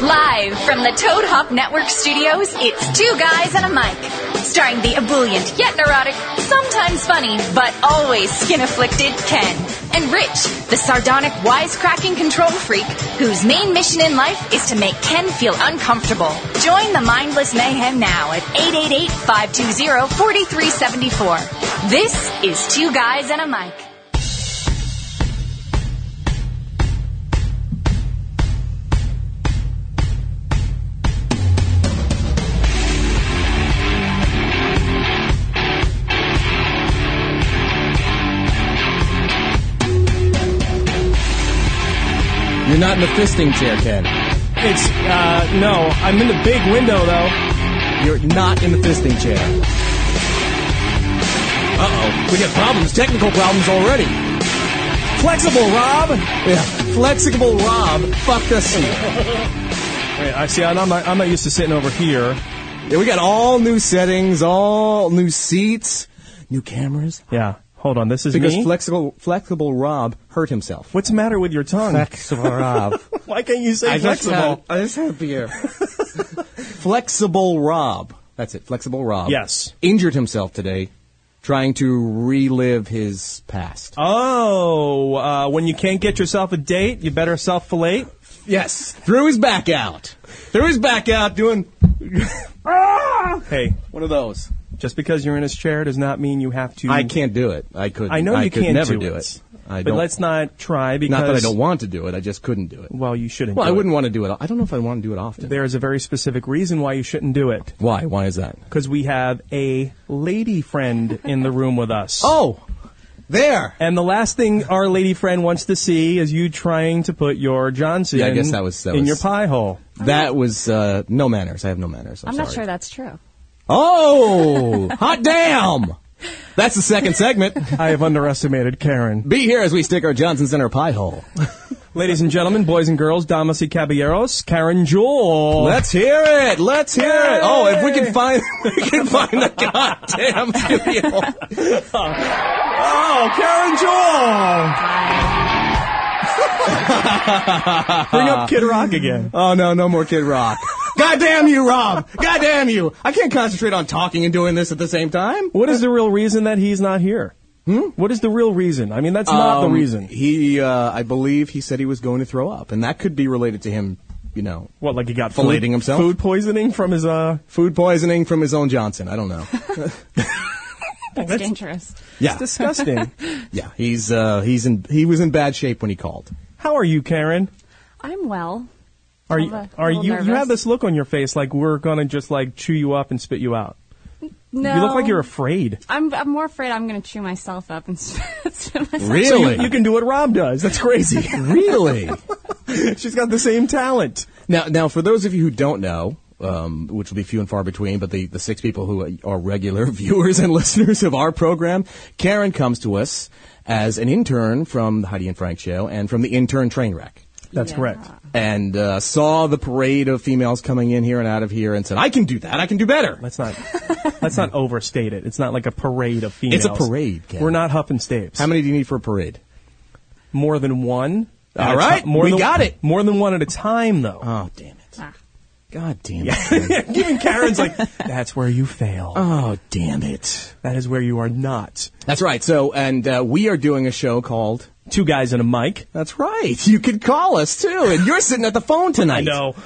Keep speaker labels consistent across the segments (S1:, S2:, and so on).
S1: Live from the Toad Hop Network studios, it's Two Guys and a Mic. Starring the ebullient yet neurotic, sometimes funny, but always skin afflicted Ken. And Rich, the sardonic, wisecracking control freak, whose main mission in life is to make Ken feel uncomfortable. Join the mindless mayhem now at 888 520 4374. This is Two Guys and a Mic.
S2: You're not in the fisting chair, Ken.
S3: It's, uh, no. I'm in the big window, though.
S2: You're not in the fisting chair. Uh-oh. We got problems, technical problems already. Flexible Rob! Yeah, Flexible Rob fucked us up.
S3: Wait, I see. I'm not, I'm not used to sitting over here.
S2: Yeah, we got all new settings, all new seats, new cameras.
S3: Yeah. Hold on. This is
S2: because
S3: me?
S2: flexible flexible Rob hurt himself.
S3: What's the matter with your tongue?
S2: Flexible Rob.
S3: Why can't you say
S2: I just had-
S3: flexible?
S2: I just had beer. flexible Rob. That's it. Flexible Rob.
S3: Yes.
S2: Injured himself today, trying to relive his past.
S3: Uh, Oh, uh, when you can't get yourself a date, you better self fillet.
S2: Yes. Threw his back out. Threw his back out doing
S3: Hey,
S2: one of those.
S3: just because you're in his chair does not mean you have to.
S2: I can't do it. I could.
S3: Mm. I know you
S2: could
S3: can't
S2: never
S3: do
S2: do it.
S3: it.
S2: I
S3: But
S2: don't.
S3: let's not try because.
S2: not that I don't want to do it. I just couldn't do it.
S3: Well, you shouldn't.
S2: Well,
S3: do
S2: I
S3: it.
S2: wouldn't want to do it. I don't know if I want to do it often.
S3: There is a very specific reason why you shouldn't do it.
S2: Why? Why is that?
S3: Because we have a lady friend in the room with us.
S2: Oh, there.
S3: And the last thing our lady friend wants to see is you trying to put your Johnson
S2: Yeah, I guess that was- that
S3: in
S2: was-
S3: your pie hole.
S2: That was uh, no manners. I have no manners. I'm,
S4: I'm not
S2: sorry.
S4: sure that's true.
S2: Oh, hot damn! That's the second segment.
S3: I have underestimated Karen.
S2: Be here as we stick our Johnson Center pie hole.
S3: Ladies and gentlemen, boys and girls, damas y caballeros, Karen Jewel.
S2: Let's hear it. Let's hear
S3: Yay!
S2: it. Oh, if we can find, we can find the goddamn studio.
S3: oh, Karen Jewel! Bring up Kid Rock again.
S2: Oh no, no more Kid Rock. God damn you, Rob! God damn you! I can't concentrate on talking and doing this at the same time.
S3: What is the real reason that he's not here? Hmm? What is the real reason? I mean, that's not the
S2: Um,
S3: reason.
S2: He, uh, I believe, he said he was going to throw up, and that could be related to him, you know,
S3: What, like he got
S2: Filleting
S3: food,
S2: himself?
S3: food poisoning from his uh?
S2: food poisoning from his own Johnson. I don't know.
S4: That's, dangerous.
S2: Yeah,
S3: It's disgusting.
S2: yeah. He's uh, he's in he was in bad shape when he called.
S3: How are you, Karen?
S4: I'm well.
S3: Are
S4: I'm
S3: you,
S4: a
S3: are
S4: little
S3: you, you
S4: nervous.
S3: have this look on your face like we're gonna just like chew you up and spit you out.
S4: No,
S3: You look like you're afraid.
S4: I'm, I'm more afraid I'm going to chew myself up and spit myself.
S3: So
S2: Really?
S3: you, you can do what Rob does. That's crazy.
S2: Really?
S3: She's got the same talent.
S2: now, now, for those of you who don't know. Um, which will be few and far between, but the, the six people who are regular viewers and listeners of our program, Karen comes to us as an intern from the Heidi and Frank show and from the intern train wreck.
S3: That's
S4: Yeah.
S3: correct.
S2: and uh, saw the parade of females coming in here and out of here and said, I can do that. I can do better.
S3: Let's not let's not overstate it. It's not like a parade of females.
S2: It's a parade, Ken.
S3: We're not huffing staves.
S2: How many do you need for a parade?
S3: More than one.
S2: All
S3: at a
S2: right.
S3: ti- more
S2: We
S3: than,
S2: got it.
S3: More than one at a time, though.
S2: Oh, damn it.
S4: Ah.
S2: God damn it. Ken.
S3: Even Karen's like, that's where you fail.
S2: oh, damn it.
S3: that is where you are not.
S2: That's right. So, and uh, we are doing a show called.
S3: Two guys and a mic.
S2: That's right. You could call us too, and you're sitting at the phone tonight.
S3: I know.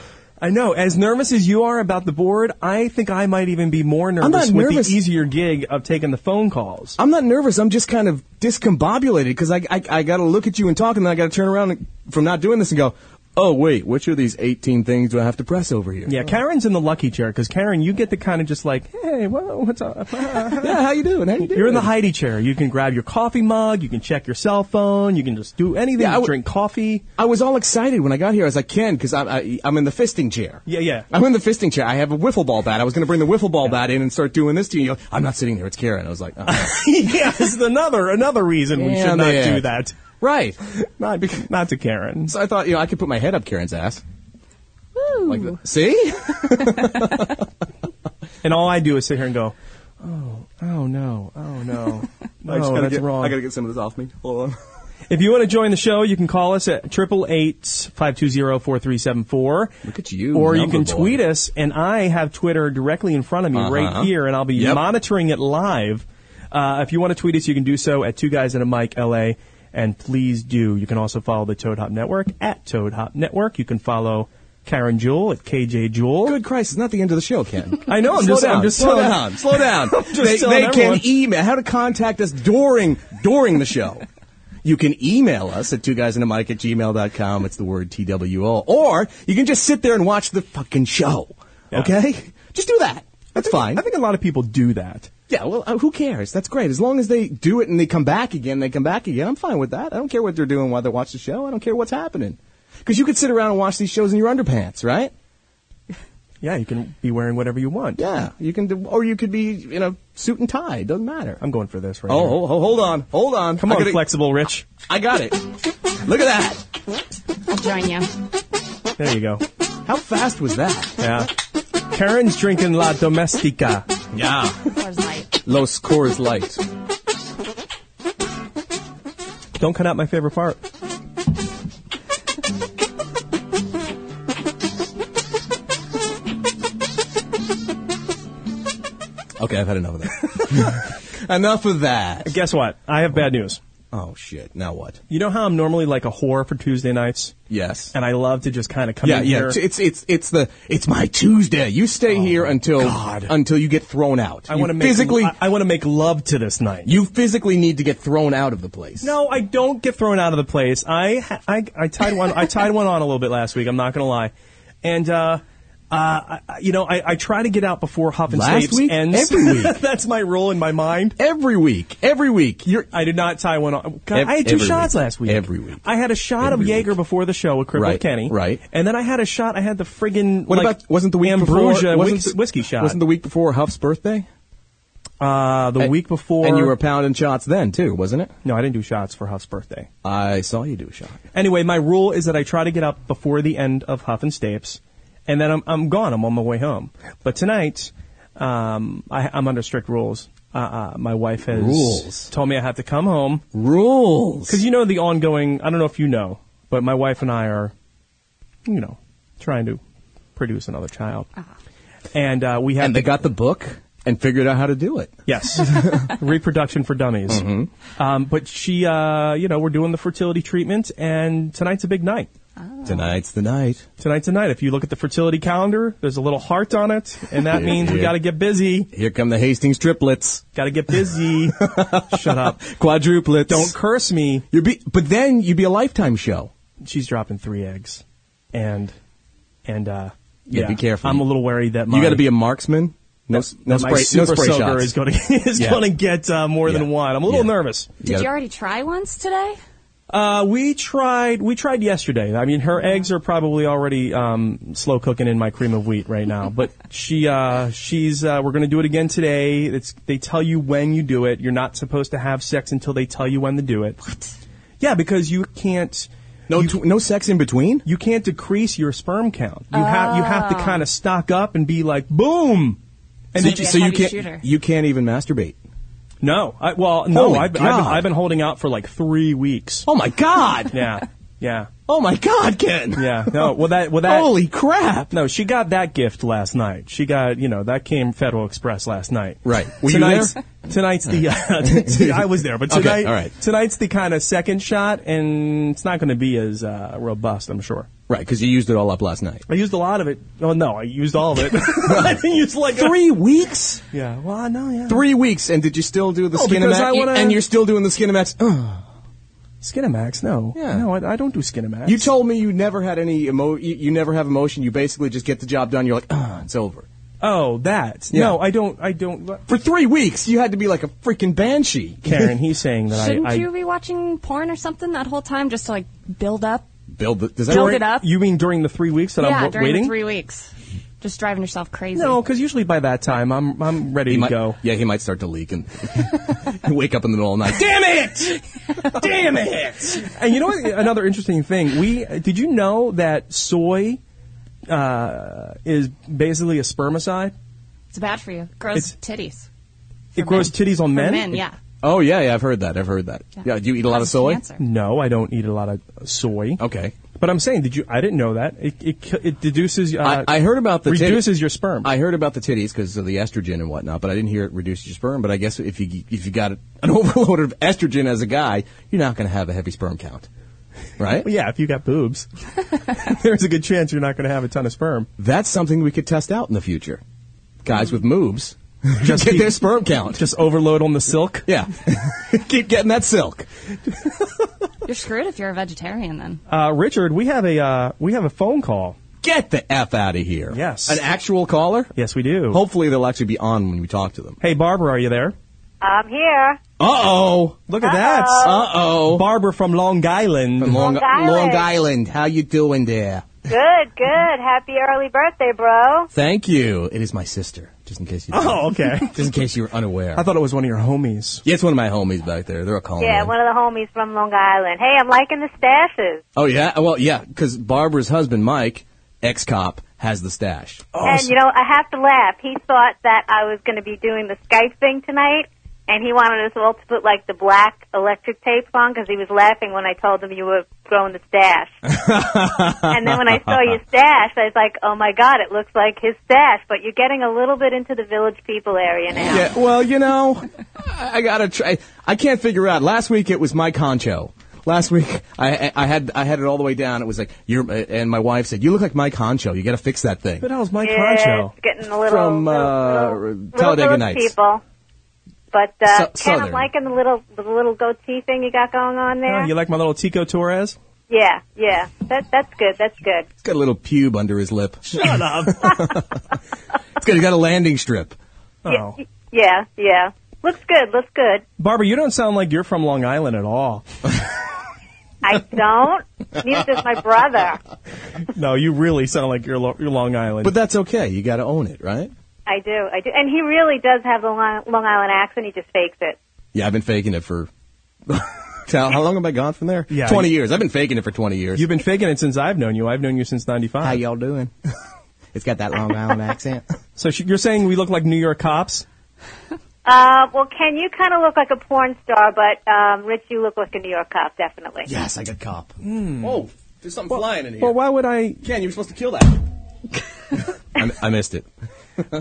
S3: I know. As nervous as you are about the board, I think I might even be more nervous, Uh,
S2: not
S3: with
S2: nervous.
S3: the easier gig of taking the phone calls.
S2: I'm not nervous. I'm just kind of discombobulated because I, I, I got to look at you and talk, and then I got to turn around and, from not doing this and go, oh, wait, which of these 18 things do I have to press over here?
S3: yeah, Karen's in the lucky chair because Karen, you get to kind of just like, hey, wha- what's up?
S2: Yeah, how you doing? How you doing?
S3: You're in the Heidi chair. You can grab your coffee mug. You can check your cell phone. You can just do anything.
S2: Yeah, I
S3: You
S2: would-
S3: drink coffee.
S2: I was all excited when I got here. I was like, Ken, because I, I, I'm in the fisting chair.
S3: Yeah, yeah.
S2: I'm in the fisting chair. I have a wiffle ball bat. I was going to bring the wiffle ball bat in and start doing this to you. You go, I'm not sitting there. It's Karen. I was like, oh.
S3: yeah, this is another another reason we should
S2: Damn
S3: not
S2: it.
S3: do that.
S2: right.
S3: Not not to Karen.
S2: So I thought, you know, I could put my head up Karen's ass.
S4: Woo.
S2: Like, the,
S3: Oh,
S2: see?
S3: And all I do is sit here and go, oh, oh no, oh no.
S2: I just
S3: No,
S2: gotta
S3: that's
S2: get,
S3: wrong.
S2: I got to get some of this off me. Hold on.
S3: If you want to join the show, you can call us at 888-520-4374.
S2: Look at you,
S3: Or you
S2: number
S3: can
S2: boy. Uh-huh.
S3: tweet us, and I have Twitter directly in front of me right here, and I'll be
S2: Yep.
S3: monitoring it live. Uh, if you want to tweet us, you can do so at Two Guys and a Mic LA, and please do. You can also follow the Toad Hop Network at Toad Hop Network. You can follow Karen Jewell at KJ Jewell.
S2: Good Christ, it's not the end of the show, Ken.
S3: I know, I'm
S2: slow
S3: just- I'm
S2: down,
S3: just
S2: slow
S3: telling-
S2: down, slow down.
S3: I'm just
S2: they
S3: telling
S2: they
S3: everyone.
S2: can email how to contact us during during the show. You can email us at two guys and a mic at gmail.com. It's the word TWO. Or you can just sit there and watch the fucking show.
S3: Yeah.
S2: Okay? Just do that. That's fine.
S3: I think a lot of people do that.
S2: yeah, well, uh, who cares? That's great. As long as they do it and they come back again, they come back again. I'm fine with that. I don't care what they're doing while they watch the show. I don't care what's happening. Because you could sit around and watch these shows in your underpants, right?
S3: Yeah, you can be wearing whatever you want.
S2: Yeah, you can, do, or you could be in a suit and tie. Doesn't matter.
S3: I'm going for this right
S2: oh,
S3: here.
S2: oh, oh, hold on, hold on.
S3: Come
S2: I
S3: on,
S2: gotta-
S3: flexible Rich.
S2: I got it. Look at that.
S4: I'll join you.
S3: There you go.
S2: How fast was that?
S3: Yeah. Karen's drinking La Domestica.
S2: Yeah.
S4: Coors Light.
S2: Los Coors Light.
S3: Don't cut out my favorite part.
S2: Okay, I've had enough of that. enough of that.
S3: Guess what? I have bad news.
S2: Oh shit. Now what?
S3: You know how I'm normally like a whore for Tuesday nights,
S2: Yes.
S3: and I love to just kind of come
S2: yeah,
S3: in
S2: yeah.
S3: here.
S2: It's- It's it's it's the it's my Tuesday. You stay here until
S3: God.
S2: until you get thrown out.
S3: I
S2: You
S3: want to make
S2: physically.
S3: I, want to make love to this night.
S2: you physically need to get thrown out of the place.
S3: no, I don't get thrown out of the place. I ha- I, I tied one I tied one on a little bit last week. I'm not gonna lie, and uh, uh, I, I- you know I, I try to get out before Huff and
S2: Last
S3: Stapes
S2: week?
S3: ends.
S2: Every week.
S3: That's my rule in my mind.
S2: Every week. Every week. You're
S3: I did not tie one on. God,
S2: Ev-
S3: I had two
S2: every
S3: shots
S2: week.
S3: last week.
S2: Every week.
S3: I had a shot
S2: Every
S3: of Jaeger
S2: week.
S3: before the show with Cripple
S2: Right,
S3: Kenny.
S2: right.
S3: And then I had a shot. I had the friggin'
S2: What
S3: like,
S2: about wasn't the week
S3: ambrosia
S2: before wasn't
S3: whis-
S2: the-
S3: whiskey shot?
S2: Wasn't the week before Huff's birthday?
S3: uh, the week before?
S2: and you were pounding shots then too, wasn't it?
S3: no, I didn't do shots for Huff's birthday.
S2: I saw you do a shot.
S3: Anyway, my rule is that I try to get up before the end of Huff and Stapes, and then I'm I'm gone. I'm on my way home. But tonight, um, I, I'm under strict rules. Uh, uh, my wife has
S2: Rules.
S3: told me I have to come home
S2: Rules.
S3: Because you know the ongoing. I don't know if you know, but my wife and I are, you know, trying to produce another child, and uh, we have
S2: and they got the book and figured out how to do it.
S3: yes, reproduction for dummies.
S2: Mm-hmm.
S3: Um, but she, uh, you know, we're doing the fertility treatment, and tonight's a big night.
S2: Tonight's the night.
S3: Tonight's a night. If you look at the fertility calendar, there's a little heart on it, and that means we
S2: Yeah.
S3: got to get busy.
S2: Here come the Hastings triplets,
S3: Got to get busy. Shut up.
S2: quadruplets.
S3: Don't curse me.
S2: you be, but then you'd be a lifetime show.
S3: she's dropping three eggs, and and uh,
S2: Yeah, be careful.
S3: I'm a little worried that my,
S2: you got to be a marksman. No, s- no
S3: that my
S2: spray, no
S3: super
S2: spray
S3: soaker
S2: shots.
S3: is going to is
S2: Yeah.
S3: going to get uh, more
S2: Yeah.
S3: than one. I'm a little
S2: Yeah.
S3: nervous.
S4: Did
S2: gotta-
S4: you already try once today?
S3: Uh, we tried we tried yesterday. I mean, her eggs are probably already um, slow cooking in my cream of wheat right now. But she uh, she's uh, we're going to do it again today. It's they tell you when you do it. You're not supposed to have sex until they tell you when to do it. What? Yeah, because you can't.
S2: no, tw- no sex in between.
S3: you can't decrease your sperm count. You have you have to kind of stock up and be like boom. And
S2: so
S3: then
S2: you,
S4: be a
S2: so you
S4: heavy
S2: can't.
S4: shooter.
S2: You can't even masturbate.
S3: no, I, well, no,
S2: Holy
S3: I've, I've, been,
S2: God.
S3: I've been holding out for like three weeks.
S2: Oh my god.
S3: Yeah, yeah,
S2: Oh my god, Ken.
S3: yeah. No, well that well that.
S2: Holy crap.
S3: no, she got that gift last night. She got, you know, that came Federal Express last night.
S2: Right. Were you
S3: tonight's,
S2: there?
S3: Tonight's the, uh, t- I was there, but
S2: Okay,
S3: tonight,
S2: all right.
S3: tonight's the kind of second shot, and it's not going to be as uh, robust, I'm sure.
S2: Right, because you used it all up last night.
S3: I used a lot of it. Oh no, I used all of it. I used like a-
S2: Three weeks.
S3: Yeah. Well, I know. Yeah.
S2: Three weeks, and did you still do the
S3: No,
S2: skin
S3: Oh, because I
S2: skinemax?
S3: wanna-
S2: And you're still doing the skinemax. Ugh.
S3: Skinamax. No.
S2: Yeah.
S3: No, I, I don't do Skinamax.
S2: You told me you never had any emo. You, you never have emotion. You basically just get the job done. You're like, ah, it's over.
S3: oh, that.
S2: Yeah.
S3: No, I don't. I don't.
S2: For three weeks, you had to be like a freaking banshee.
S3: Karen, he's saying that
S4: Shouldn't
S3: I. I
S4: you be watching porn or something that whole time just to like build up?
S2: Build the. Does that
S4: Build
S2: work?
S4: it up.
S3: You mean during the three weeks that
S4: yeah,
S3: I'm w-
S4: during
S3: Uh, waiting?
S4: the three weeks. Just driving yourself crazy.
S3: no, because usually by that time I'm I'm ready
S2: He
S3: to
S2: might,
S3: go.
S2: Yeah, he might start to leak and wake up in the middle of the night.
S3: Damn it! Damn it! And you know what? Another interesting thing. We did you know that soy uh, is basically a spermicide?
S4: It's bad for you. Grows
S3: It's-
S4: titties.
S3: it grows titties on
S4: For
S3: men.
S4: men, yeah.
S2: Oh yeah, yeah, I've heard that. I've heard that. Yeah, do you eat a lot of
S4: Causes
S2: soy?
S4: cancer.
S3: No, I don't eat a lot of soy.
S2: Okay.
S3: But I'm saying, did you? I didn't know that. It it, ki- it deduces. Uh,
S2: I, I heard about the tit-
S3: reduces your sperm.
S2: I heard about the titties because of the estrogen and whatnot, but I didn't hear it reduces your sperm. But I guess if you if you got an overload of estrogen as a guy, you're not going to have a heavy sperm count, right?
S3: Well, yeah, if you got boobs, there's a good chance you're not going to have a ton of sperm.
S2: That's something we could test out in the future. Guys with moobs, just get
S3: keep-
S2: their sperm count.
S3: Just overload on the silk.
S2: yeah, keep getting that silk.
S4: You're screwed if you're a vegetarian then.
S3: Uh, Richard, we have a uh, we have a phone call.
S2: Get the f out of here.
S3: Yes.
S2: an actual caller.
S3: Yes, we do.
S2: Hopefully they'll actually be on when we talk to them.
S3: Hey, Barbara, are you there?
S5: I'm here.
S2: Uh oh.
S3: Look at that.
S2: Uh oh.
S3: Barbara from Long Island.
S2: Long,
S5: Island.
S2: Long Island, how you doing there?
S5: Good, good. Happy early birthday, bro.
S2: Thank you. It is my sister, just in case you.
S3: oh, okay.
S2: Just in case you were unaware.
S3: I thought it was one of your homies.
S2: yeah, it's one of my homies back there. They're all calling.
S5: Yeah,
S2: in.
S5: one of the homies from Long Island. Hey, I'm liking the stashes.
S2: Oh yeah. Well, yeah, because Barbara's husband, Mike, ex cop, has the stash.
S5: And you know, I have to laugh. He thought that I was going to be doing the Skype thing tonight, and he wanted us all to put like the black electric tape on because he was laughing when I told him you were growing the stash. and then when I saw your stash, I was like, "Oh my God, it looks like his stash." But you're getting a little bit into the Village People area now.
S2: Yeah. Well, you know, I, I gotta try. I can't figure out. Last week it was my concho. Last week I, I I had I had it all the way down. It was like you're, and my wife said, "You look like my concho. You got to fix that thing."
S3: Who the hell's Mike
S5: Yeah,
S3: Concho?
S5: it's getting a little
S2: From, uh,
S5: little, little,
S2: Talladega
S5: little
S2: Nights.
S5: people. But uh,
S2: Sou-
S5: Ken,
S2: Southern.
S5: I'm liking the little the little goatee thing you got going on there.
S3: Oh, you like my little Tico Torres?
S5: yeah, yeah, that that's good. That's good.
S2: He's got a little pube under his lip. Shut up. it's good. He got a landing strip.
S3: Oh.
S5: Yeah, yeah, looks good. Looks good.
S3: Barbara, you don't sound like you're from Long Island at all.
S5: I don't. Neither does my brother.
S3: No, you really sound like you're, Lo- you're Long Island.
S2: But that's okay. You got to own it, right?
S5: I do. I do. And he really does have the Long Long Island accent. He just fakes it.
S2: Yeah, I've been faking it for. how, how long have I gone from there?
S3: Yeah,
S2: twenty
S3: you-
S2: years. I've been faking it for twenty years.
S3: You've been faking it since I've known you. I've known you since 95.
S2: y'all doing? it's got that Long Island accent.
S3: So sh- you're saying we look like New York cops?
S5: Uh, well, Ken, you kind of look like a porn star, but um, Rich, you look like a New York cop, definitely.
S2: Yes, I got cop. Oh, there's something flying in here.
S3: Hmm. Well, why would I?
S2: Ken, you were supposed to kill that. I, I missed it.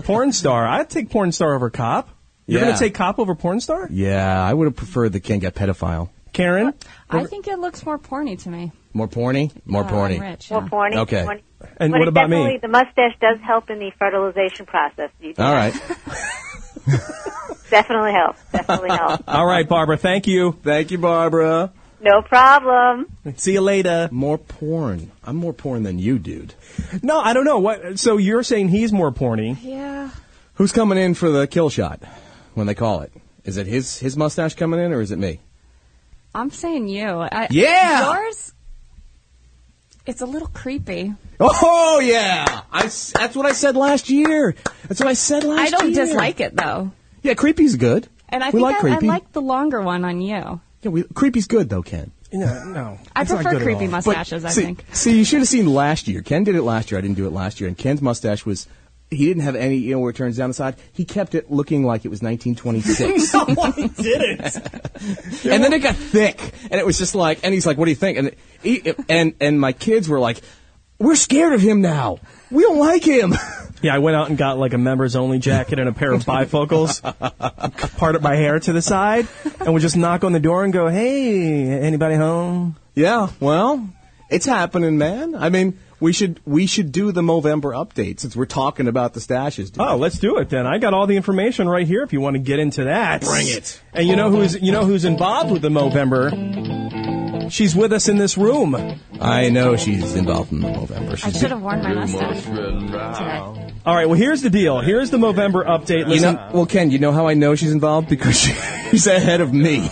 S3: Porn star. I'd take porn star over cop. You're
S2: Yeah.
S3: going to take cop over porn star?
S2: Yeah, I would have preferred that Ken got pedophile.
S3: Karen?
S4: I think it looks more porny to me.
S2: More porny, more
S4: Uh,
S2: porny.
S4: I'm rich.
S5: More
S4: yeah.
S5: porny.
S2: Okay.
S5: porny.
S3: And
S5: But
S3: what
S5: it
S3: about
S5: definitely-
S3: me?
S5: The mustache does help in the fertilization process. You do
S2: All right.
S5: Definitely help. Definitely help.
S3: All right, Barbara, thank you.
S2: Thank you, Barbara.
S5: No problem.
S3: See you later.
S2: More porn. I'm more porn than you, dude.
S3: No, I don't know. What? So you're saying he's more porny.
S4: Yeah.
S2: Who's coming in for the kill shot when they call it? Is it his his mustache coming in or is it me?
S4: I'm saying you. I,
S2: Yeah!
S4: Yours. It's a little creepy.
S2: Oh yeah, I s- that's what I said last year. That's what I said last year.
S4: I don't dislike it though,
S2: Yeah, creepy's good.
S4: and I
S2: we
S4: think
S2: like
S4: I,
S2: creepy.
S4: I like the longer one on you.
S2: yeah, we, creepy's good though, Ken.
S3: No, no.
S4: I
S3: That's not
S4: prefer
S3: good at
S4: creepy
S3: all.
S2: But
S4: mustaches. I
S2: see,
S4: think.
S2: See, you should have seen last year. Ken did it last year. I didn't do it last year. And Ken's mustache was. He didn't have any, you know, where it turns down the side. He kept it looking like it was 1926. no, he didn't. and then it got thick, and it was just like, and he's like, "What do you think?" And he, and and my kids were like, "We're scared of him now. We don't like him."
S3: Yeah, I went out and got like a members only jacket and a pair of bifocals, parted my hair to the side, and would just knock on the door and go, "Hey, anybody home?"
S2: Yeah, well, it's happening, man. I mean, we should we should do the Movember update since we're talking about the stashes. Dude.
S3: Oh, let's do it then. I got all the information right here if you want to get into that.
S2: Bring it.
S3: And you know who's you know who's involved with the Movember? She's with us in this room.
S2: I know she's involved in the Movember.
S4: I
S2: She's
S4: should have worn my mustache today.
S3: All right, well here's the deal. Here's the Movember update.
S2: You
S3: Listen,
S2: know, well, Ken, you know how I know she's involved because she, she's ahead of me.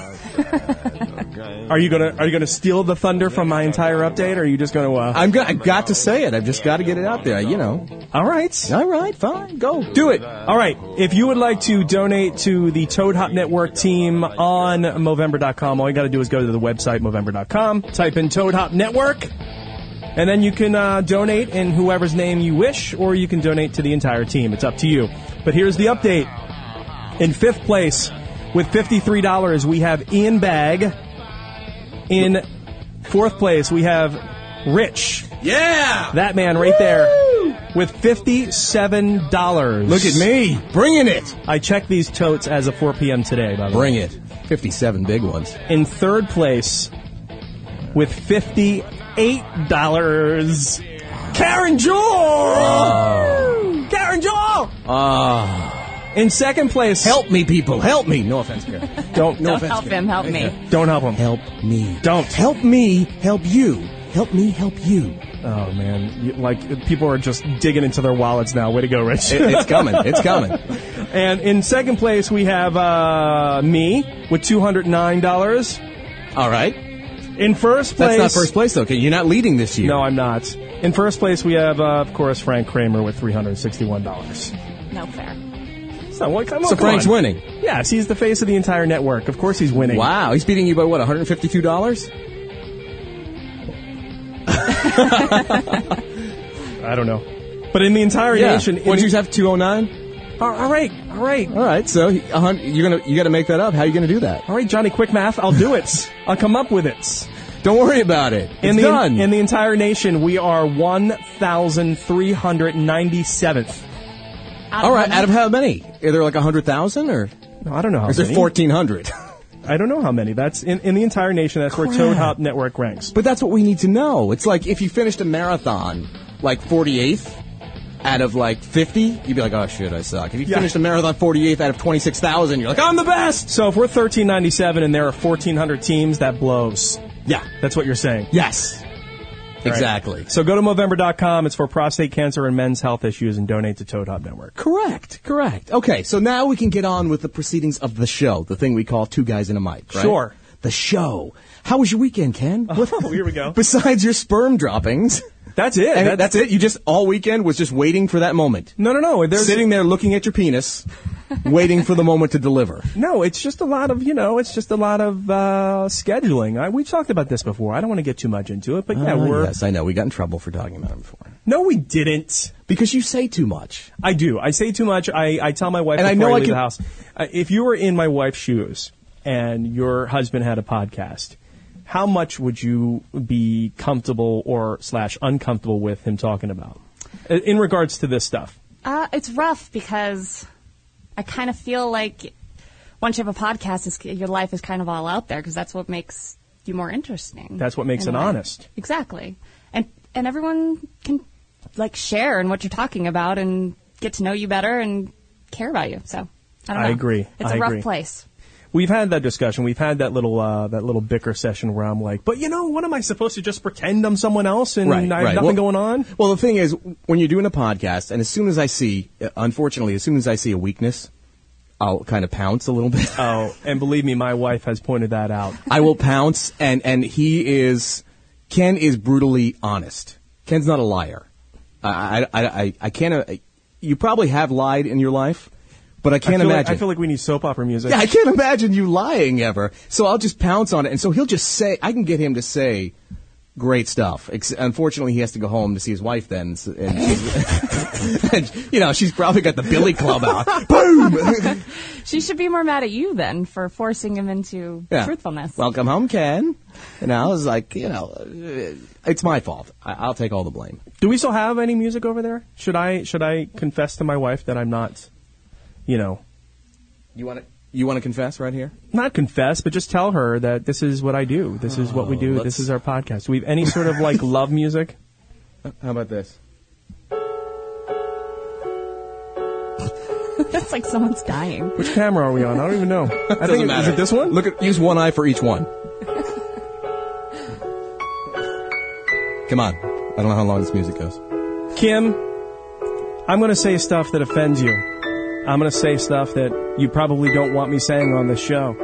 S3: are you gonna are you gonna steal the thunder from my entire update? Or are you just gonna? Uh,
S2: I'm go- I've got to say it. I've just got to get it out there. You know.
S3: all right.
S2: All right, fine, go
S3: Do it. All right. If you would like to donate to the Toad Hop Network team on Movember.com, all you got to do is go to the website, Movember.com, type in Toad Hop Network, and then you can uh, donate in whoever's name you wish, or you can donate to the entire team. It's up to you. But here's the update. In fifth place, With $53, we have Ian Bag. In fourth place, we have Rich.
S2: Yeah!
S3: That man right there with $57.
S2: Look at me, bringing it.
S3: I checked these totes as of 4 p.m. today, by the way.
S2: Bring it. 57 big ones.
S3: In third place with $58, Karen Jewel!
S2: Uh. Oh.
S3: Karen Jewel!
S2: Ah.
S3: In second place,
S2: Help me, people. Help me. No offense, Karen.
S3: Don't,
S2: No
S3: no,
S2: offense.
S4: Help
S2: Karen.
S4: him, help me.
S3: don't help him.
S2: Help me.
S3: Don't.
S2: Help me. Help you. Help me. Help you.
S3: Oh man, You- like people are just digging into their wallets now. Way to go, Rich.
S2: It- it's coming. It's coming.
S3: and in second place, we have uh, me with two hundred nine dollars.
S2: All right.
S3: In first place,
S2: That's not first place, though. Okay, you're not leading this year.
S3: No, I'm not. In first place, we have uh, of course Frank Kramer with three hundred sixty-one dollars.
S4: No fair.
S3: So what? Come on,
S2: So
S3: come
S2: Frank's
S3: on.
S2: winning.
S3: Yes, he's the face of the entire network. Of course, he's winning.
S2: Wow, he's beating you by what? 152 dollars?
S3: I don't know, but in the entire nation, in
S2: What'd
S3: the-
S2: you have? 209.
S3: all all right, all right,
S2: All right. So he- a hun- you're gonna you got to make that up. How are you gonna do that?
S3: all right, Johnny. Quick math. I'll do it. I'll come up with it.
S2: Don't worry about it. It's
S3: in the
S2: done.
S3: in the entire nation, we are one thousand three hundred ninety seventh.
S4: Out
S2: All
S4: of
S2: right.
S4: how
S2: Out of how many? Are there like 100,000 or
S3: No, I don't know how
S2: is it
S3: many.
S2: 1,400?
S3: I don't know how many. That's in, in the entire nation. That's where Toad Hop Network ranks.
S2: But that's what we need to know. It's like if you finished a marathon like 48th out of like 50, you'd be like, oh shit, I suck. If you
S3: Yeah.
S2: finished a marathon 48th out of 26,000, you're like, I'm the best.
S3: So if we're thirteen ninety seven and there are fourteen hundred teams, that blows.
S2: Yeah.
S3: That's what you're saying.
S2: Yes. Exactly.
S3: So go to Movember.com. It's for prostate cancer and men's health issues and donate to Toad Hop Network.
S2: Correct, correct. Okay, so now we can get on with the proceedings of the show, the thing we call two guys in a mic, right?
S3: Sure.
S2: The show. How was your weekend, Ken? What-
S3: Oh, here we go.
S2: Besides your sperm droppings,
S3: That's it.
S2: and
S3: That-
S2: that's it. You just all weekend was just waiting for that moment.
S3: no, no, no. There's,
S2: Sitting there looking at your penis, waiting for the moment to deliver.
S3: No, it's just a lot of you know, it's just a lot of uh, scheduling. I, we've talked about this before. I don't want to get too much into it, but yeah,
S2: Oh,
S3: we're
S2: yes, I know. We got in trouble for talking about it before
S3: no, we didn't.
S2: because you say too much.
S3: I do. I say too much. I, I tell my wife
S2: And I
S3: before
S2: know I
S3: leave
S2: can-
S3: the house. Uh, if you were in my wife's shoes and your husband had a podcast, how much would you be comfortable or slash uncomfortable with him talking about Uh, in regards to this stuff?
S4: Uh, it's rough because I kind of feel like once you have a podcast, it's, your life is kind of all out there because that's what makes you more interesting.
S3: That's what makes
S4: in a
S3: it
S4: way.
S3: honest.
S4: Exactly, and and everyone can like share in what you're talking about and get to know you better and care about you. So I don't
S3: I
S4: know.
S3: agree.
S4: It's
S3: I
S4: a rough
S3: agree.
S4: place.
S3: We've had that discussion. We've had that little uh, that little bicker session where I'm like, but you know, what am I supposed to just pretend I'm someone else and I have nothing
S2: Well-
S3: going on?
S2: Well, the thing is, when you're doing a podcast, and as soon as I see, uh, unfortunately, as soon as I see a weakness, I'll kind of pounce a little bit.
S3: Oh, and believe me, my wife has pointed that out.
S2: I will pounce, and and he is Ken is brutally honest. Ken's not a liar. I I I, I, I can't. Uh, you probably have lied in your life, but I
S3: I
S2: can't
S3: feel
S2: imagine.
S3: Like, I feel like we need soap opera music.
S2: Yeah, I can't imagine you lying ever. So I'll just pounce on it, and so he'll just say, I can get him to say great stuff. Ex- unfortunately, he has to go home to see his wife then, s- and, she's, and you know she's probably got the Billy Club out. Boom.
S4: She should be more mad at you then for forcing him into
S2: Yeah.
S4: truthfulness.
S2: Welcome home, Ken. And I was like, you know, uh, it's my fault. I- I'll take all the blame.
S3: Do we still have any music over there? Should I should I confess to my wife that I'm not, you know,
S2: You want to you want to confess right here?
S3: not confess, but just tell her that this is what I do. This is what we do.
S2: Oh, let's-
S3: This is our podcast. Do we have any sort of like love music?
S2: How about this?
S4: that's like someone's dying.
S3: Which camera are we on? I don't even know. I
S2: Doesn't
S3: think it- is
S2: matter.
S3: it this one?
S2: Look at use one eye for each one. Come on. I don't know how long this music goes.
S3: Kim, I'm going to say stuff that offends you. I'm going to say stuff that you probably don't want me saying on this show.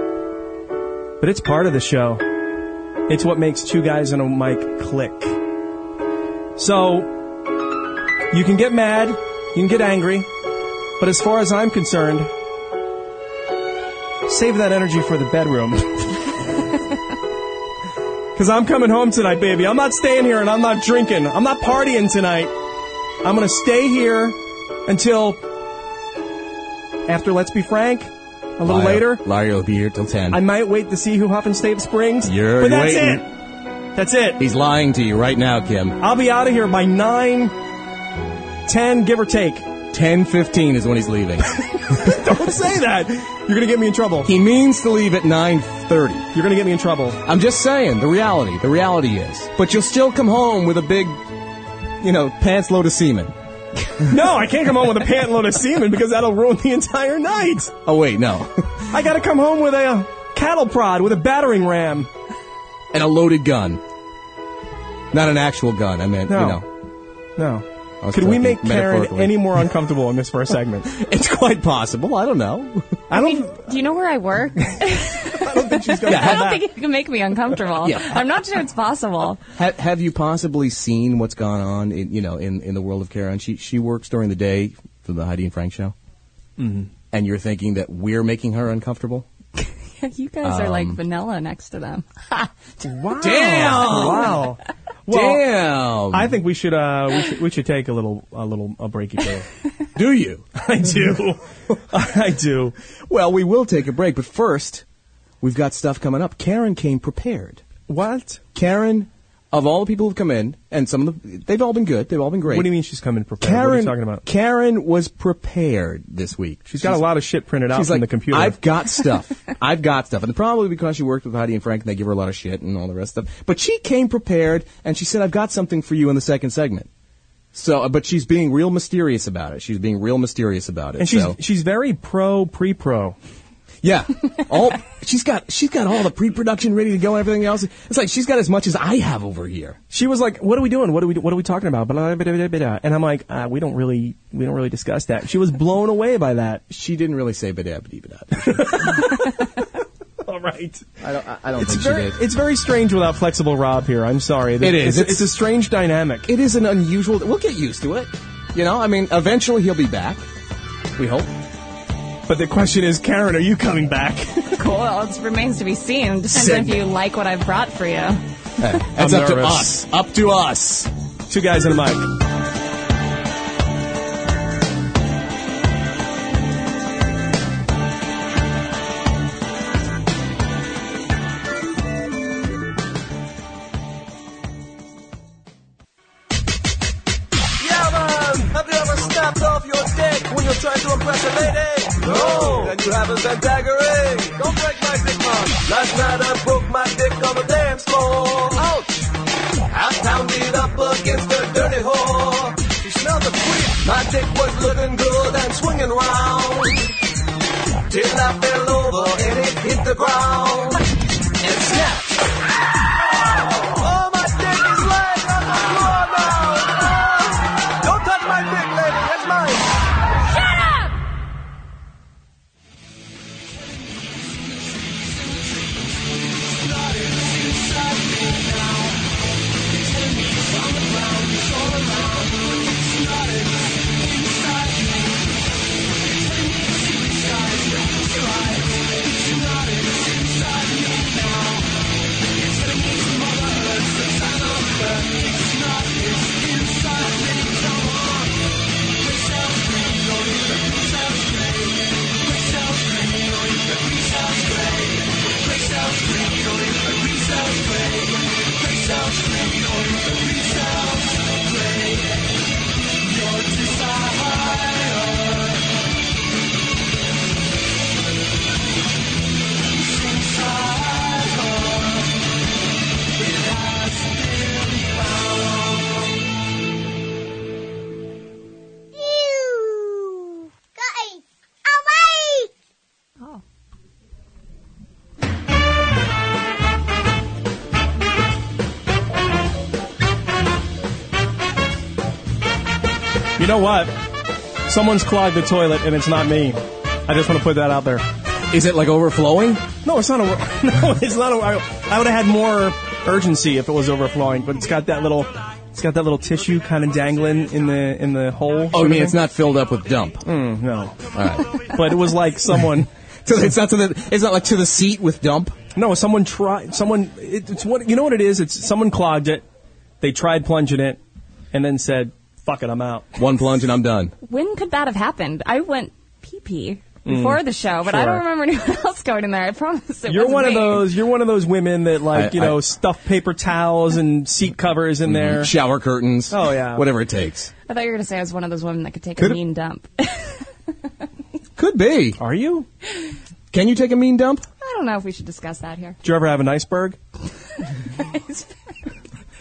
S3: But it's part of the show. It's what makes two guys and a mic click. So, you can get mad, you can get angry, but as far as I'm concerned, save that energy for the bedroom. Because I'm coming home tonight, baby. I'm not staying here and I'm not drinking. I'm not partying tonight. I'm going to stay here until after Let's Be Frank, a little later.
S2: Larry will be here till 10.
S3: I might wait to see who Huffin' State Springs.
S2: You're
S3: but that's
S2: waiting.
S3: it. That's it.
S2: He's lying to you right now, Kim.
S3: I'll be out of here by nine, ten, give or take.
S2: 10.15 is when he's leaving.
S3: Don't say that. You're going to get me in trouble.
S2: he means to leave at 9.30.
S3: You're going to get me in trouble.
S2: I'm just saying, the reality, the reality is. But you'll still come home with a big, you know, pants load of semen.
S3: No, I can't come home with a pant load of semen because that'll ruin the entire night.
S2: Oh, wait, no.
S3: I got to come home with a uh, cattle prod with a battering ram.
S2: and a loaded gun. Not an actual gun, I meant, you
S3: No.
S2: know.
S3: No.
S2: I was
S3: Could we
S2: joking,
S3: make Karen
S2: metaphorically.
S3: any more uncomfortable in this first segment?
S2: It's quite possible. I don't know.
S3: I don't.
S4: Do you know where I work?
S3: I don't think she's going to
S4: I
S3: come
S4: don't
S3: back.
S4: think you can make me uncomfortable.
S2: Yeah.
S4: I'm not sure it's possible.
S2: Ha- have you possibly seen what's gone on in you know in, in the world of Karen? She she works during the day for the Heidi and Frank show,
S3: Mm-hmm.
S2: and you're thinking that we're making her uncomfortable.
S4: You guys are
S3: Um,
S4: like vanilla next to them.
S3: Wow.
S2: Damn.
S3: Wow. Well,
S2: Damn,
S3: I think we should, uh, we should we should take a little a little a breaky break.
S2: do you?
S3: I do. I do.
S2: well, we will take a break, but first, we've got stuff coming up. Karen came prepared.
S3: What?
S2: Karen, of all the people who've come in, and some of the they've all been good. They've all been great.
S3: What do you mean she's coming prepared?
S2: Karen,
S3: what are you talking about?
S2: Karen was prepared this week.
S3: she's got a lot of shit printed out
S2: She's like,
S3: from the computer.
S2: I've got stuff. I've got stuff. And probably because she worked with Heidi and Frank and they give her a lot of shit and all the rest of stuff. But she came prepared and she said, I've got something for you in the second segment. So, uh, but she's being real mysterious about it. She's being real mysterious about it.
S3: and she's
S2: so,
S3: she's very pro pre pro.
S2: yeah, all she's got, she's got all the pre-production ready to go and everything else. It's like she's got as much as I have over here.
S3: She was like, "What are we doing? What are we what are we talking about?" Blah, blah, blah, blah, blah. And I'm like, uh, "We don't really we don't really discuss that." She was blown away by that.
S2: She didn't really say badabadabadab.
S3: All right.
S2: I don't, I I don't
S3: It's
S2: think
S3: very,
S2: she did.
S3: it's very strange without Flexible Rob here. I'm sorry.
S2: It is.
S3: It's,
S2: It's-
S3: it's a strange dynamic.
S2: it is an unusual. We'll get used to it. You know, I mean, eventually he'll be back. We hope.
S3: But the question is, Karen, are you coming back?
S4: Well, it remains to be seen. Depends on if you like what I've brought for you.
S2: That's
S3: I'm
S2: up to
S3: nervous.
S2: us. Up to us.
S3: Two guys and a mic.
S6: Yeah, man. Have you ever snapped off your dick when you're trying to impress a lady? No. Then you haven't been daggering. Don't break my dick, mom. Last night I broke my dick on the dance floor. Ouch. I pounded up against a dirty whore. She smelled the sweet. My dick was looking good and swinging round. Till I fell over and it hit the ground. And snapped. Oh, my dick is laying on the floor now. Don't touch my dick, lady. That's mine.
S7: You guys awake!
S3: You know what? Someone's clogged the toilet, and it's not me. I just want to put that out there.
S2: Is it like overflowing?
S3: No, it's not a. No, it's not a. I, I would have had more urgency if it was overflowing, but it's got that little. It's got that little tissue kind of dangling in the in the hole.
S2: Oh, I mean, it's not filled up with dump.
S3: Mm. no,
S2: All right.
S3: but it was like someone.
S2: So it's not to the. It's not like to the seat with dump.
S3: No, someone tried. Someone. It, it's what you know what it is. It's someone clogged it. They tried plunging it, and then said, "Fuck it, I'm out."
S2: One plunge and I'm done.
S4: When could that have happened? I went pee pee. before the show, but I
S3: Mm. Sure.
S4: don't remember anyone else going in there. I promise. It
S3: You're
S4: wasn't
S3: one of
S4: me.
S3: those. You're one of those women that like
S2: I-
S3: you know
S2: I- Mm-hmm.
S3: stuff paper towels and seat covers in there.
S2: Shower curtains.
S3: Oh, yeah.
S2: Whatever it takes.
S4: I thought you were going to say I was one of those women that could take
S2: Could've-
S4: a mean dump.
S2: Could be.
S3: Are you?
S2: Can you take a mean dump?
S4: I don't know if we should discuss that here.
S3: Did you ever have an iceberg?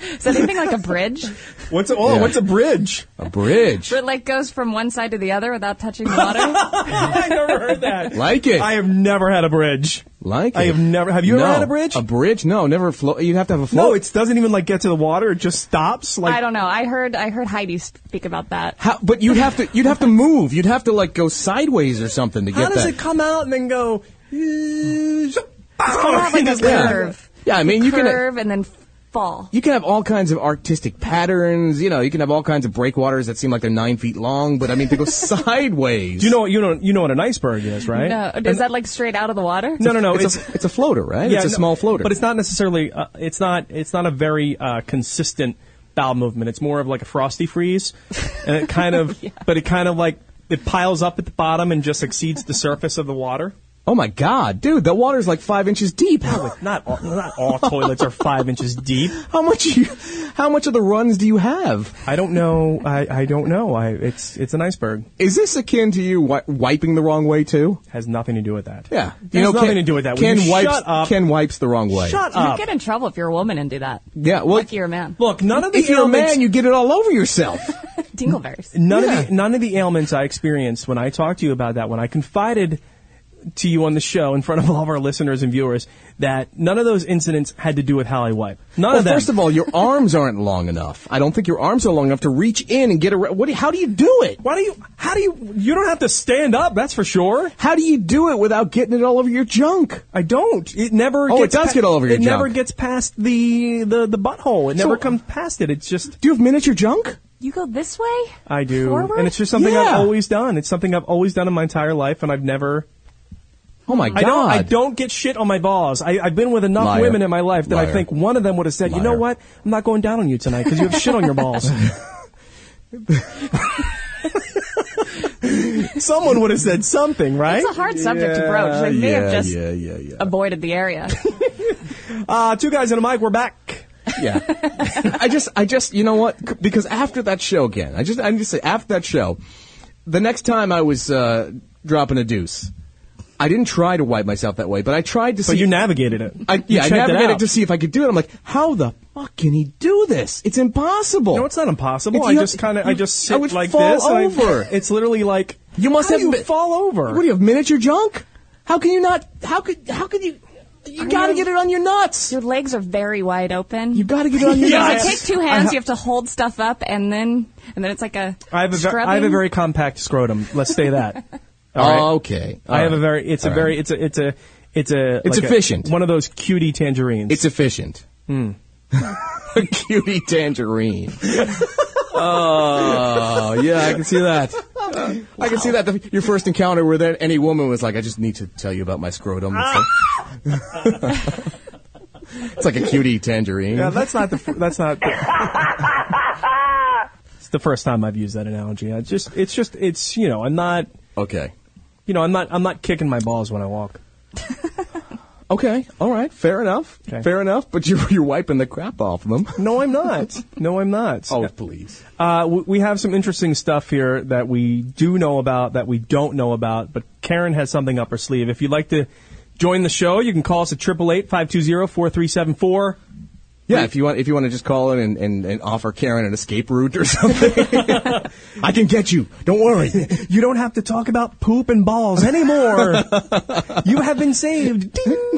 S4: Is that anything like a bridge
S3: What's a, oh?
S2: Yeah.
S3: What's a bridge?
S2: A bridge.
S4: that like goes from one side to the other without touching the water?
S3: I never heard that.
S2: Like it.
S3: I have never had a bridge.
S2: like it.
S3: I have never. Have you
S2: No.
S3: ever had a bridge?
S2: A bridge? No, never float. You'd have to have a float.
S3: no, it doesn't even like get to the water. It just stops. Like
S4: I don't know. I heard I heard Heidi speak about that.
S2: How, but you'd have to you'd have to move. You'd have to like go sideways or something to
S3: How
S2: get
S3: does
S2: that.
S3: it come out and then go? It's
S4: Kind of have like a curve,
S2: yeah, I mean you can
S4: curve, and then f- fall.
S2: you can have all kinds of artistic patterns. You know, you can have all kinds of breakwaters that seem like they're nine feet long. But I mean, to go sideways.
S3: You know what you know you know what an iceberg is, right?
S4: No, is that like straight out of the water?
S3: no, no, no.
S2: it's, a, it's a floater, right? it's a
S3: no,
S2: small floater.
S3: But it's not necessarily. Uh, it's not. It's not a very uh, consistent bowel movement. It's more of like a frosty freeze, and it kind of. But it kind of like it piles up at the bottom and just exceeds the surface of the water.
S2: oh my god, dude, the water's like five inches deep. How,
S3: Not all, not all toilets are five inches deep.
S2: how much you, how much of the runs do you have?
S3: I don't know. I, I don't know. I it's it's an iceberg.
S2: Is this akin to you wi- wiping the wrong way too?
S3: has nothing to do with that.
S2: Yeah,
S3: It has nothing to do with that. Will
S2: Ken
S3: you
S2: wipes
S3: shut up.
S2: Ken wipes the wrong way.
S3: Shut
S4: You'd
S3: up.
S4: get in trouble if you're a woman and do that.
S2: Yeah, well,
S4: If you're a man.
S3: Uh, Look, none of the
S2: if you're a
S3: ailments.
S2: man, you get it all over yourself.
S4: Dingleberries.
S3: none
S2: Yeah.
S3: of the none of the ailments I experienced when I talked to you about that. When I confided to you on the show in front of all of our listeners and viewers that none of those incidents had to do with how I wipe. None
S2: Well,
S3: of them.
S2: first of all, your arms aren't long enough. I don't think your arms are long enough to reach in and get around. What? do- How do you do it?
S3: why do you? How do you? You don't have to stand up. That's for sure.
S2: How do you do it without getting it all over your junk?
S3: I don't. It never.
S2: Oh, it
S3: gets
S2: does get all over your
S3: It never
S2: junk.
S3: gets past the the the butthole. It never
S2: So-
S3: comes past it. It's just.
S2: Do you have miniature junk?
S4: You go this way?
S3: I do,
S4: Forward?
S3: and it's just something
S2: Yeah.
S3: I've always done. It's something I've always done in my entire life, and I've never
S2: Oh my god!
S3: I don't. I don't get shit on my balls. I, I've been with enough
S2: Liar.
S3: women in my life that I
S2: Liar.
S3: think one of them would have said, "You know
S2: Liar.
S3: what? I'm not going down on you tonight because you have shit on your balls." Someone would have said something, right?
S4: It's a hard subject to broach. They may have just
S2: yeah, yeah, yeah.
S4: avoided the area.
S3: Uh, two guys and a mic. We're back.
S2: yeah. I just, I just, you know what? C- Because after that show again, I just, I need to say, after that show, the next time I was uh, dropping a deuce, I didn't try to wipe myself that way, but I tried to
S3: But
S2: see.
S3: you navigated it.
S2: I,
S3: You
S2: yeah, I
S3: checked
S2: navigated
S3: it,
S2: to see if I could do it. I'm like, how the fuck can he do this? It's impossible.
S3: No, it's not impossible.
S2: It's-
S3: I
S2: you
S3: just
S2: have-
S3: kind of, I
S2: you-
S3: just
S2: I
S3: sit
S2: would
S3: like
S2: fall
S3: this. and I-
S2: over.
S3: it's literally like
S2: You must
S3: how
S2: have
S3: do you
S2: been-
S3: fall over.
S2: What do you have? Miniature junk? How can you not? How could? How could you? You gotta get it on your nuts.
S4: Your legs are very wide open.
S2: You gotta get it on your
S3: Yeah,
S4: If
S2: nuts.
S4: you take two hands, you have to hold stuff up, and then and then it's like a
S3: I have a, ver- I have a
S4: scrubbing.
S3: very compact scrotum. Let's say that. All right?
S2: okay.
S3: I have a very. It's a very. It's a. It's a. It's a.
S2: It's
S3: like a-
S2: efficient.
S3: one of those cutie tangerines.
S2: It's efficient. A cutie tangerine. oh yeah, I can see that. I can see that. The- your first encounter with that any woman was like, "I just need to tell you about my scrotum." It's Ah. like- it's like a cutie tangerine.
S3: yeah, that's not the. fir- That's not. the- it's the first time I've used that analogy. I just. It's just. It's you know. I'm not.
S2: okay.
S3: You know. I'm not. I'm not kicking my balls when I walk.
S2: Okay. All right. Fair enough.
S3: Okay.
S2: Fair enough. But you, you're wiping the crap off of them.
S3: No, I'm not. No, I'm not.
S2: Oh, please.
S3: Uh, we, we have some interesting stuff here that we do know about, that we don't know about, but Karen has something up her sleeve. If you'd like to join the show, you can call us at 888 520 4374.
S2: Yeah, if you want, if you want to just call in and, and, and offer Karen an escape route or something, I can get you. Don't worry.
S3: You don't have to talk about poop and balls anymore. you have been saved. Ding.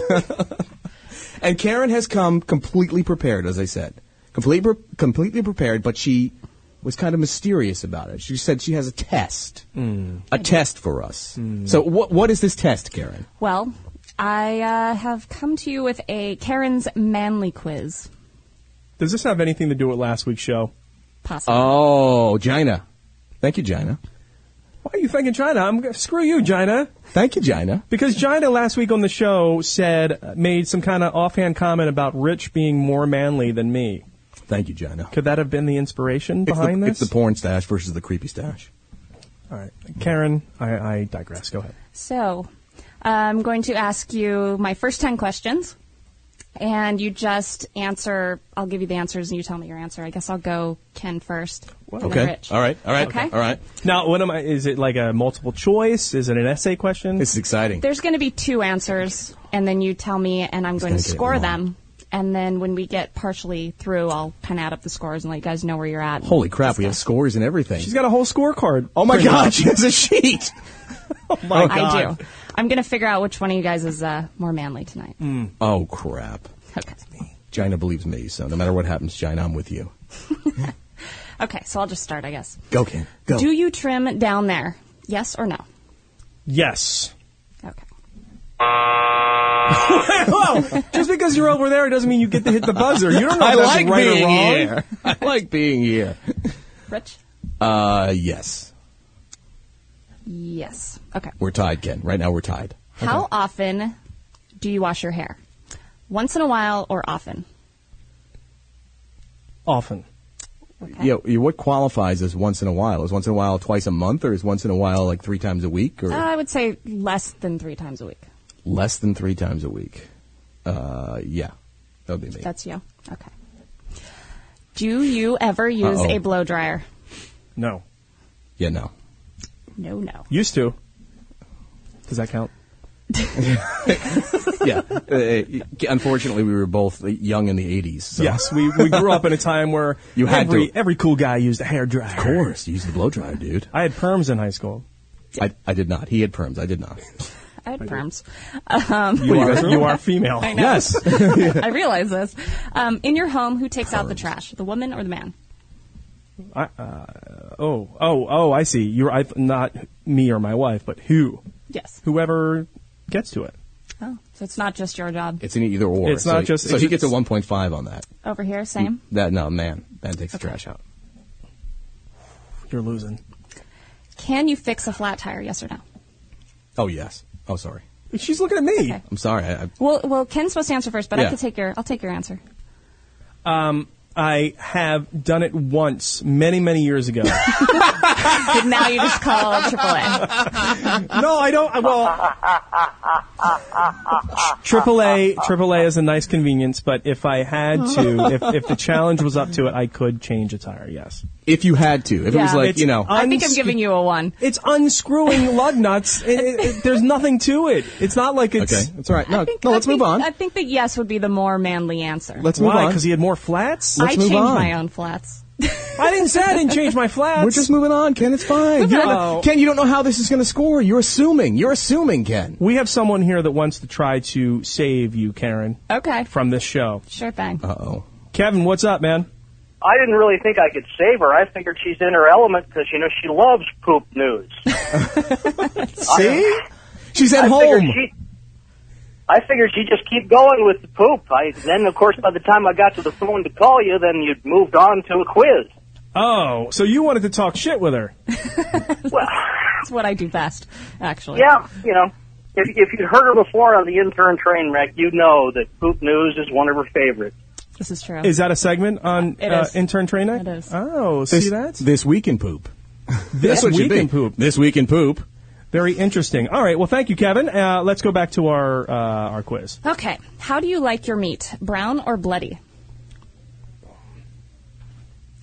S2: And Karen has come completely prepared, as I said, completely pre- completely prepared. But she was kind of mysterious about it. She said she has a test, a test for us. So what what is this test, Karen?
S4: well. I uh, have come to you with a Karen's manly quiz,
S3: Does this have anything to do with last week's show?
S4: possibly.
S2: Oh, Gina. Thank you, Gina.
S3: Why are you thinking China? I'm g- screw you, China.
S2: Thank you, Gina.
S3: Because Gina last week on the show said uh, made some kind of offhand comment about Rich being more manly than me.
S2: Thank you, Gina.
S3: Could that have been the inspiration
S2: It's the,
S3: behind
S2: it's
S3: this?
S2: the porn stash versus the creepy stash.
S3: All right, Karen, I, I digress. Go ahead.
S4: So, I'm going to ask you my first 10 questions, and you just answer. I'll give you the answers, and you tell me your answer. I guess I'll go Ken first. and then
S2: Okay.
S4: Rich.
S2: All right. All right.
S4: Okay.
S2: All right.
S3: Now, what am I? Is it like a multiple choice? Is it an essay question?
S2: This is exciting.
S4: There's going to be two answers, and then you tell me, and I'm going to
S2: gonna get it
S4: score
S2: wrong.
S4: them. And then when we get partially through, I'll kind of add up the scores and let you guys know where you're at.
S2: Holy crap! We have scores and everything.
S3: She's got a whole scorecard.
S2: oh my
S3: printed
S2: God!
S3: up.
S2: She has a sheet.
S3: Oh my
S4: I
S3: God.
S4: do. I'm going to figure out which one of you guys is uh, more manly tonight.
S2: Oh crap!
S4: Okay.
S2: Gina believes me, so no matter what happens, Gina, I'm with you.
S4: Okay, so I'll just start, I guess.
S2: Go, Ken. Go.
S4: Do you trim down there? Yes or no?
S3: Yes.
S4: Okay.
S3: Whoa! Oh, Just because you're over there doesn't mean you get to hit the buzzer. You don't know
S2: I
S3: if that's
S2: like
S3: right
S2: being
S3: or wrong.
S2: here. I like being here.
S4: Rich?
S2: Uh, yes.
S4: Yes. Okay.
S2: We're tied, Ken. Right now we're tied.
S4: How often do you wash your hair? Once in a while or often?
S3: Often.
S4: Okay.
S2: Yeah. You, what qualifies as once in a while? Is once in a while twice a month, or is once in a while like three times a week, or
S4: Uh, I would say less than three times a week.
S2: less than three times a week? Uh, yeah, that would be me.
S4: That's you. Okay. Do you ever use
S2: Uh-oh.
S4: a blow dryer?
S3: No.
S2: yeah, no.
S4: No, no.
S3: Used to. Does that count?
S2: yeah. Uh, unfortunately, we were both young in the '80s. So.
S3: Yes. We, we grew up in a time where
S2: You had
S3: every,
S2: to.
S3: every cool guy used a hair dryer.
S2: Of course, use the blow dryer, dude.
S3: I had perms in high school.
S2: I, I did not. He had perms. I did not.
S4: I had perms.
S2: Oh,
S3: You, are, you are female.
S2: Yes.
S4: I realize this. Um, in your home, who takes out the trash? The woman or the man?
S3: Oh, oh, oh! I see. You're I, not me or my wife, but who?
S4: Yes.
S3: Whoever gets to it.
S4: Oh, so it's not just your job.
S2: It's an either or.
S3: It's
S2: so
S3: not
S2: he-
S3: just-
S2: So
S3: it's
S2: he
S3: just-
S2: gets a 1.5 on that.
S4: Over here, same.
S2: That no man. That takes the trash out.
S3: You're losing.
S4: Can you fix a flat tire? Yes or no?
S2: Oh yes. Oh sorry.
S3: She's looking at me.
S4: Okay.
S2: I'm sorry. I, I,
S4: Well, well, Ken's supposed to answer first, but I
S2: Yeah.
S4: can take your. I'll take your answer.
S3: I have done it once, many, many years ago.
S4: But now you just call AAA.
S3: no, I don't. I- Well, AAA, AAA is a nice convenience, but if I had to, if, if the challenge was up to it, I could change a tire. Yes,
S2: if you had to, if it was
S4: Yeah.
S2: like
S3: It's
S2: you know,
S4: I think I'm giving you a one.
S3: it's unscrewing lug nuts. It- it- it- there's nothing to it. It's not like it's
S2: okay, that's all right. No,
S4: I think-
S2: Uh, no.
S4: I
S2: Let's
S4: think-
S2: move on.
S4: I think that yes would be the more manly answer.
S2: let's move
S3: why
S2: on.
S3: because he had more flats.
S2: let's
S4: I
S2: move
S4: changed
S2: on.
S4: my own flats.
S3: I didn't say I didn't change my flats.
S2: We're just moving on, Ken. It's fine. You don't know-
S3: on.
S2: Ken, you don't know how this is going to score. You're assuming. You're assuming, Ken.
S3: We have someone here that wants to try to save you, Karen,
S4: Okay.
S3: from this show.
S4: Sure thing.
S2: Uh oh.
S3: Kevin, what's up, man?
S8: I didn't really think I could save her. I figured she's in her element because you know she loves poop news.
S2: See, she's at
S8: I figured
S2: home.
S8: she. I figured she'd just keep going with the poop. I then, of course, by the time I got to the phone to call you, then you'd moved on to a quiz.
S3: Oh, so you wanted to talk shit with her?
S4: That's what I do best, actually.
S8: Yeah, you know, if, if you'd heard her before on the intern train wreck, you'd know that poop news is one of her favorites.
S4: This is true.
S3: Is that a segment on
S4: It
S3: uh,
S4: is.
S3: intern train night?
S4: It is.
S3: Oh,
S2: this,
S3: see that?
S2: this week in poop.
S3: This
S2: That's what you
S3: week in
S2: think.
S3: poop.
S2: This week in poop.
S3: Very interesting. All right. Well, thank you, Kevin. Uh, let's go back to our uh, our quiz.
S4: okay. How do you like your meat, brown or bloody?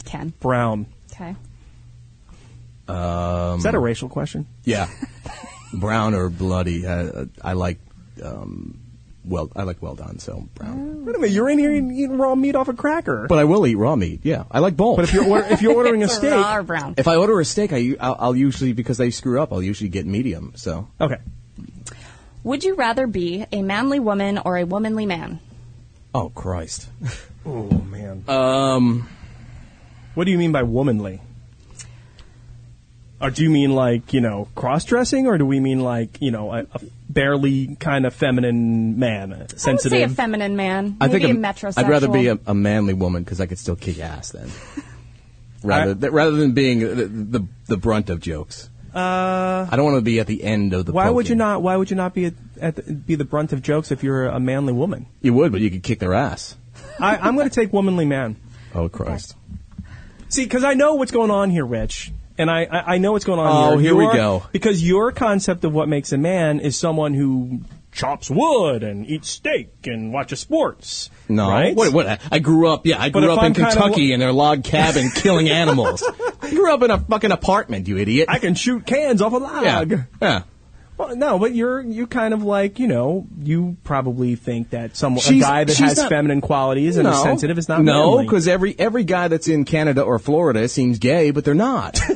S4: Ken.
S3: Brown.
S4: Okay.
S2: Um,
S3: is that a racial question?
S2: Yeah, brown or bloody. Uh, I like. Um, well, I like well done. So
S4: Oh.
S2: brown.
S3: Wait a minute. You're in here eating, eating raw meat off a cracker.
S2: But I will eat raw meat. Yeah, I like both.
S3: But if you're order, if you're ordering a
S4: It's
S3: steak,
S4: raw or brown.
S2: If I order a steak, I, u- I'll, I'll usually because I screw up. I'll usually get medium. So
S3: okay.
S4: Would you rather be a manly woman or a womanly man?
S2: oh Christ,
S3: Oh man. Um. What do you mean by womanly? Or do you mean like you know cross dressing, or do we mean like you know a, a barely kind of feminine man, uh, sensitive?
S4: I would say a feminine man.
S2: I
S4: Maybe
S2: think
S4: a
S2: I'm-
S4: metrosexual.
S2: I'd rather be a, a manly woman because I could still kick ass then. rather
S3: I-
S2: th- rather than being the, the the brunt of jokes. Uh, I don't want to be at the end of the.
S3: why would you
S2: poking.
S3: not? Why would you not be a, at the, be the brunt of jokes if you're a manly woman?
S2: You would, but you could kick their ass.
S3: I, I'm going to take womanly man.
S2: Oh Christ.
S3: See, because I know what's going on here, Rich, and I, I, I know what's going on.
S2: Oh, here we
S3: Your-
S2: go.
S3: Because your concept of what makes a man is someone who chops wood and eats steak and watches sports.
S2: No,
S3: right?
S2: what? What? I grew up. Yeah, I
S3: But
S2: grew
S3: if
S2: up in
S3: I'm kinda
S2: Kentucky
S3: wa-
S2: in a log cabin killing animals. I grew up in a fucking apartment, you idiot.
S3: I can shoot cans off a
S2: yeah,
S3: log.
S2: yeah.
S3: Well, no, but you're you kind of like you know you probably think that some a
S2: She's-
S3: guy that
S2: she's
S3: has
S2: not-
S3: feminine qualities and
S2: no,
S3: is sensitive is not
S2: no,
S3: manly.
S2: because every every guy that's in Canada or Florida seems gay, but they're not.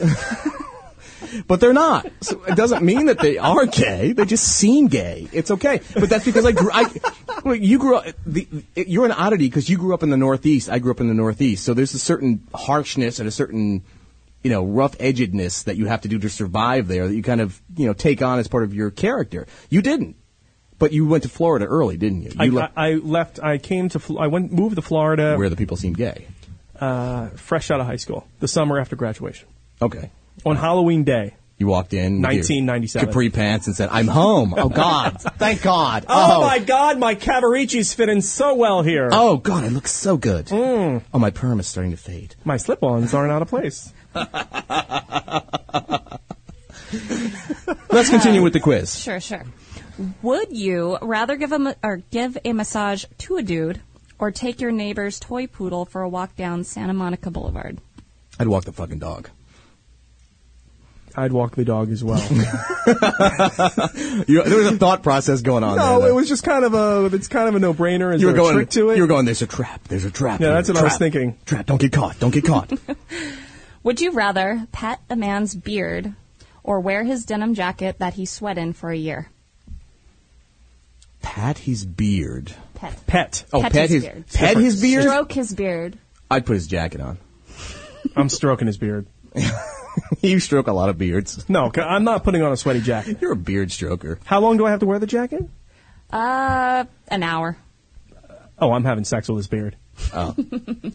S2: but they're not. So it doesn't mean that they are gay. They just seem gay. It's okay. But that's because I grew. I, well, you grew up. The, you're an oddity because you grew up in the Northeast. I grew up in the Northeast. So there's a certain harshness and a certain. You know, rough edgedness that you have to do to survive there that you kind of, you know, take on as part of your character. You didn't. But you went to Florida early, didn't you?
S3: I,
S2: you
S3: I, I left. I came to. Fl- I went moved to Florida
S2: where the people seem gay.
S3: uh, fresh out of high school, the summer after graduation,
S2: Okay.
S3: on Halloween day.
S2: You walked in, with your
S3: 1997.
S2: capri pants, and said, "I'm home." Oh God! Thank God!
S3: Oh, my God, my Cavaricci's fitting so well here.
S2: Oh God! I look so good.
S3: Mm.
S2: Oh, my perm is starting to fade.
S3: My slip-ons aren't out of place.
S2: Let's continue with the quiz.
S4: Sure, sure. Would you rather give a ma- or give a massage to a dude or take your neighbor's toy poodle for a walk down Santa Monica Boulevard?
S2: I'd walk the fucking dog.
S3: I'd walk the dog as well.
S2: You, there was a thought process going on. there,
S3: no,
S2: though.
S3: it was just kind of a. It's kind of an no-brainer. Is
S2: You were
S3: there a
S2: going
S3: trick to it?
S2: You were going. There's a trap. There's a trap.
S3: Yeah,
S2: there's
S3: that's
S2: a
S3: what I was
S2: trap.
S3: thinking.
S2: Trap. Don't get caught. Don't get caught.
S4: Would you rather pat a man's beard or wear his denim jacket that he sweat in for a year?
S2: Pat his beard.
S4: Pet.
S3: pet.
S2: Oh,
S4: Pet
S2: pet,
S4: his
S2: his,
S4: beard.
S2: pet his beard.
S4: Stroke his beard.
S2: I'd put his jacket on.
S3: I'm stroking his beard.
S2: you stroke a lot of beards.
S3: No, i I'm not putting on a sweaty jacket.
S2: You're a beard stroker.
S3: How long do I have to wear the jacket?
S4: Uh, an hour.
S3: Oh, I'm having sex with his beard.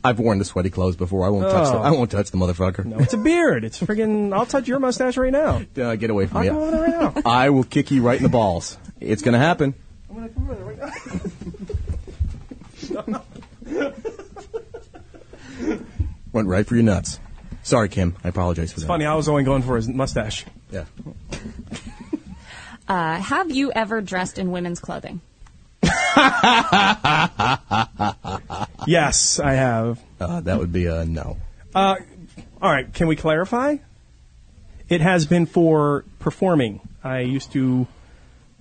S2: I've worn the sweaty clothes before. I won't touch. The,
S3: Oh.
S2: I won't touch the motherfucker.
S3: No, it's a beard. It's friggin'. I'll touch your mustache right now.
S2: Uh, get away from
S3: I'll
S2: me.
S3: come over there right now.
S2: I will kick you right in the balls. It's going to happen.
S3: I'm gonna come over there right now.
S2: Went right for your nuts. Sorry, Kim. I apologize for that.
S3: Funny, I was only going for his mustache.
S2: Yeah.
S4: Uh, have you ever dressed in women's clothing?
S3: Yes, I have.
S2: Uh, that would be a no.
S3: Uh, all right, can we clarify? It has been for performing. I used to.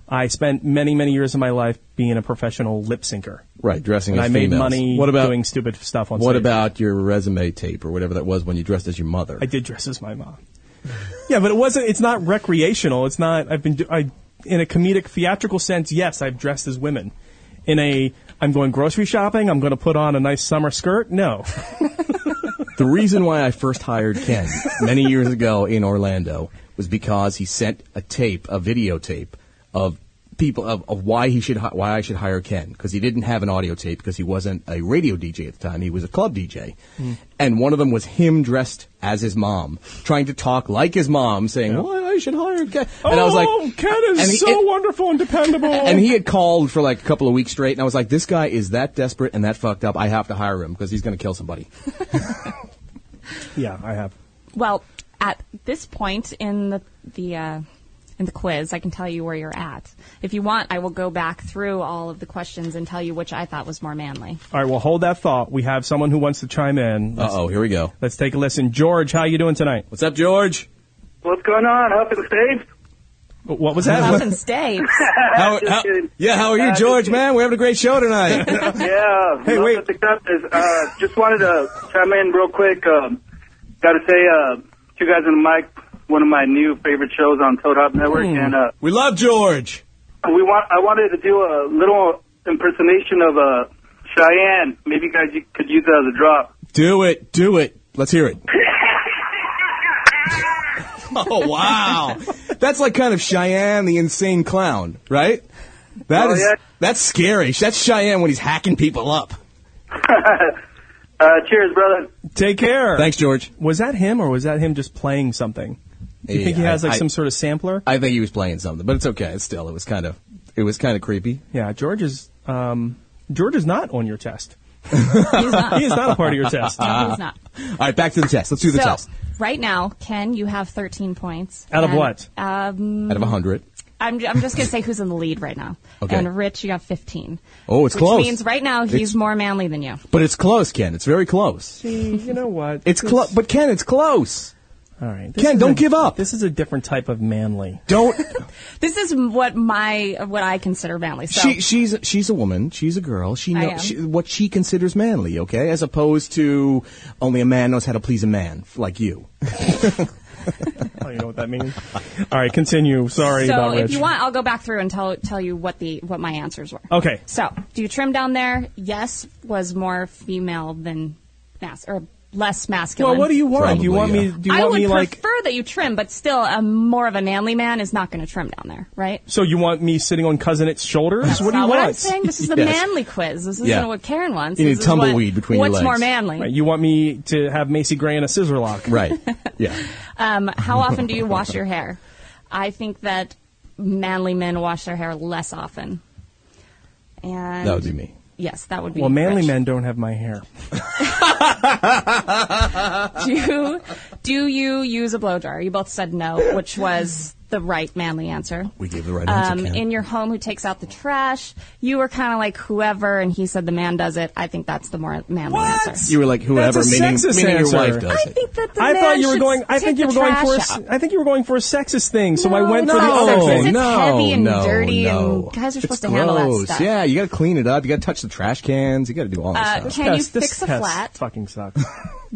S3: I spent many, many years of my life being a professional lip syncer.
S2: Right, dressing
S3: And
S2: as
S3: I made
S2: females.
S3: money
S2: What about
S3: doing stupid stuff on
S2: what
S3: stage.
S2: about your resume tape or whatever that was when you dressed as your mother?
S3: I did dress as my mom. yeah, but it wasn't. It's not recreational. It's not. I've been. do- I in a comedic, theatrical sense. Yes, I've dressed as women. In a, I'm going grocery shopping. I'm going to put on a nice summer skirt. No,
S2: the reason why I first hired Ken many years ago in Orlando was because he sent a tape, a videotape of people of, of why he should hi- why I should hire Ken because he didn't have an audio tape because he wasn't a radio DJ at the time he was a club DJ,
S3: Hmm.
S2: and one of them was him dressed as his mom trying to talk like his mom saying why I should hire Ken and I was like
S3: Oh, Ken is
S2: and he-
S3: so
S2: and-
S3: wonderful and dependable."
S2: and he had called for like a couple of weeks straight, and I was like, "This guy is that desperate and that fucked up. I have to hire him because he's going to kill somebody."
S3: yeah, I have.
S4: Well, at this point in the the uh, in the quiz, I can tell you where you're at. If you want, I will go back through all of the questions and tell you which I thought was more manly.
S3: All right, well, hold that thought. We have someone who wants to chime in.
S2: Uh
S3: Let's,
S2: oh, here we go.
S3: let's take a listen. George, how you doing tonight?
S2: What's up, George?
S8: What's going on? Up and Steve?
S3: What was that?
S4: Up in states.
S2: How, how- yeah, how are you, George? Man, we're having a great show tonight.
S8: Yeah.
S3: Hey,
S8: no,
S3: wait.
S8: that's except is, uh, just wanted to chime in real quick. Um, Got to say, uh, two guys on the mic, one of my new favorite shows on Toad Hop Network,
S3: Hmm.
S8: and uh,
S2: we love George.
S8: we want. I wanted to do a little impersonation of uh, Cheyenne. Maybe you guys you could use that as a drop.
S2: Do it, do it. Let's hear it. oh wow, that's like kind of Cheyenne the Insane Clown, right? That
S8: Oh,
S2: is
S8: yeah.
S2: that's scary. That's Cheyenne when he's hacking people up.
S8: Uh, cheers, brother.
S3: Take care.
S2: Thanks, George.
S3: Was that him or was that him just playing something? Do you think he
S2: Yeah,
S3: has like
S2: I-
S3: some sort of sampler?
S2: I think he was playing something, but it's okay. It's still, it was kind of, it was kind of creepy.
S3: yeah, George is um, George is not on your test.
S4: He's not.
S3: He is not a part of your test.
S4: No, he's not.
S2: All right, back to the test. Let's do Ah. the
S4: so,
S2: test.
S4: right now, Ken, you have 13 points.
S3: Out of
S4: And,
S3: what?
S2: uh,
S4: Um,
S2: Out of 100.
S4: I'm, I'm just going to say who's in the lead right now.
S2: Okay.
S4: And Rich, you got 15.
S2: Oh, it's
S4: which
S2: close.
S4: means right now he's
S2: It's-
S4: more manly than you.
S2: But it's close, Ken. It's very close.
S3: See, you know what?
S2: It's close. But Ken, it's close.
S3: All right,
S2: Ken,
S3: is
S2: don't
S3: a-
S2: give up.
S3: This is a different type of manly.
S2: Don't.
S4: This is what my what I consider manly. So
S2: she, she's she's a woman. She's a girl. She
S4: I
S2: know
S4: am.
S2: she, what she considers manly. Okay, as opposed to only a man knows how to please a man f- like you.
S3: Oh, you know what that means? All right, continue. Sorry
S4: so
S3: about
S4: if
S3: Rich.
S4: you want, I'll go back through and tell tell you what the what my answers were.
S3: Okay.
S4: So do you trim down there? Yes, was more female than mas or less masculine.
S3: Well, what do you want? do
S2: Probably,
S3: you want me?
S2: yeah.
S3: Do you
S4: I
S3: want
S4: would
S3: me
S4: prefer
S3: like?
S4: that you trim, but still, a more of a manly man is not going to trim down there, right?
S3: So you want me sitting on cousin its shoulders? what do you
S4: Not
S3: want?
S4: what I'm saying. This is the
S2: Yes.
S4: manly quiz. This isn't
S2: Yeah.
S4: what Karen wants.
S2: You need
S4: this is what-
S2: tumbleweed between your
S4: What's
S2: legs.
S4: more manly?
S3: Right, you want me to have Macy Gray in a scissor lock?
S2: Right. yeah.
S4: Um, how often do you wash your hair? I think that manly men wash their hair less often. And
S2: That would be me.
S4: Yes, that would be.
S3: Well, manly
S4: Rich.
S3: men don't have my hair.
S4: Do do you use a blow dryer? You both said no, which was the right manly answer.
S2: We gave the right answer.
S4: Um,
S2: Ken.
S4: in your home, who takes out the trash? You were kind of like whoever, and he said the man does it. I think that's the more manly
S3: What?
S4: answer.
S2: you were like whoever,
S3: That's a
S2: meaning,
S3: sexist
S2: meaning your
S3: answer.
S2: wife does
S4: I
S2: it.
S4: think that the
S3: I
S4: man
S3: thought you were
S4: should
S3: going. I
S4: take
S3: think you were
S4: the
S3: going for. A,
S4: trash
S3: se-
S4: out.
S3: I think you were going for a sexist thing. So I went
S4: no,
S3: for the oh.
S4: no,
S3: sexist.
S4: It's
S2: Oh, no,
S4: heavy and
S2: no,
S4: dirty and
S2: no.
S4: guys are
S2: It's
S4: supposed to handle that
S2: gross.
S4: stuff.
S2: Yeah, you got to clean it up. You got to touch the trash cans. You got to do all that
S4: Uh,
S2: stuff.
S4: Can you
S3: Yes, this
S4: fix a
S3: test
S4: flat?
S3: Fucking sucks.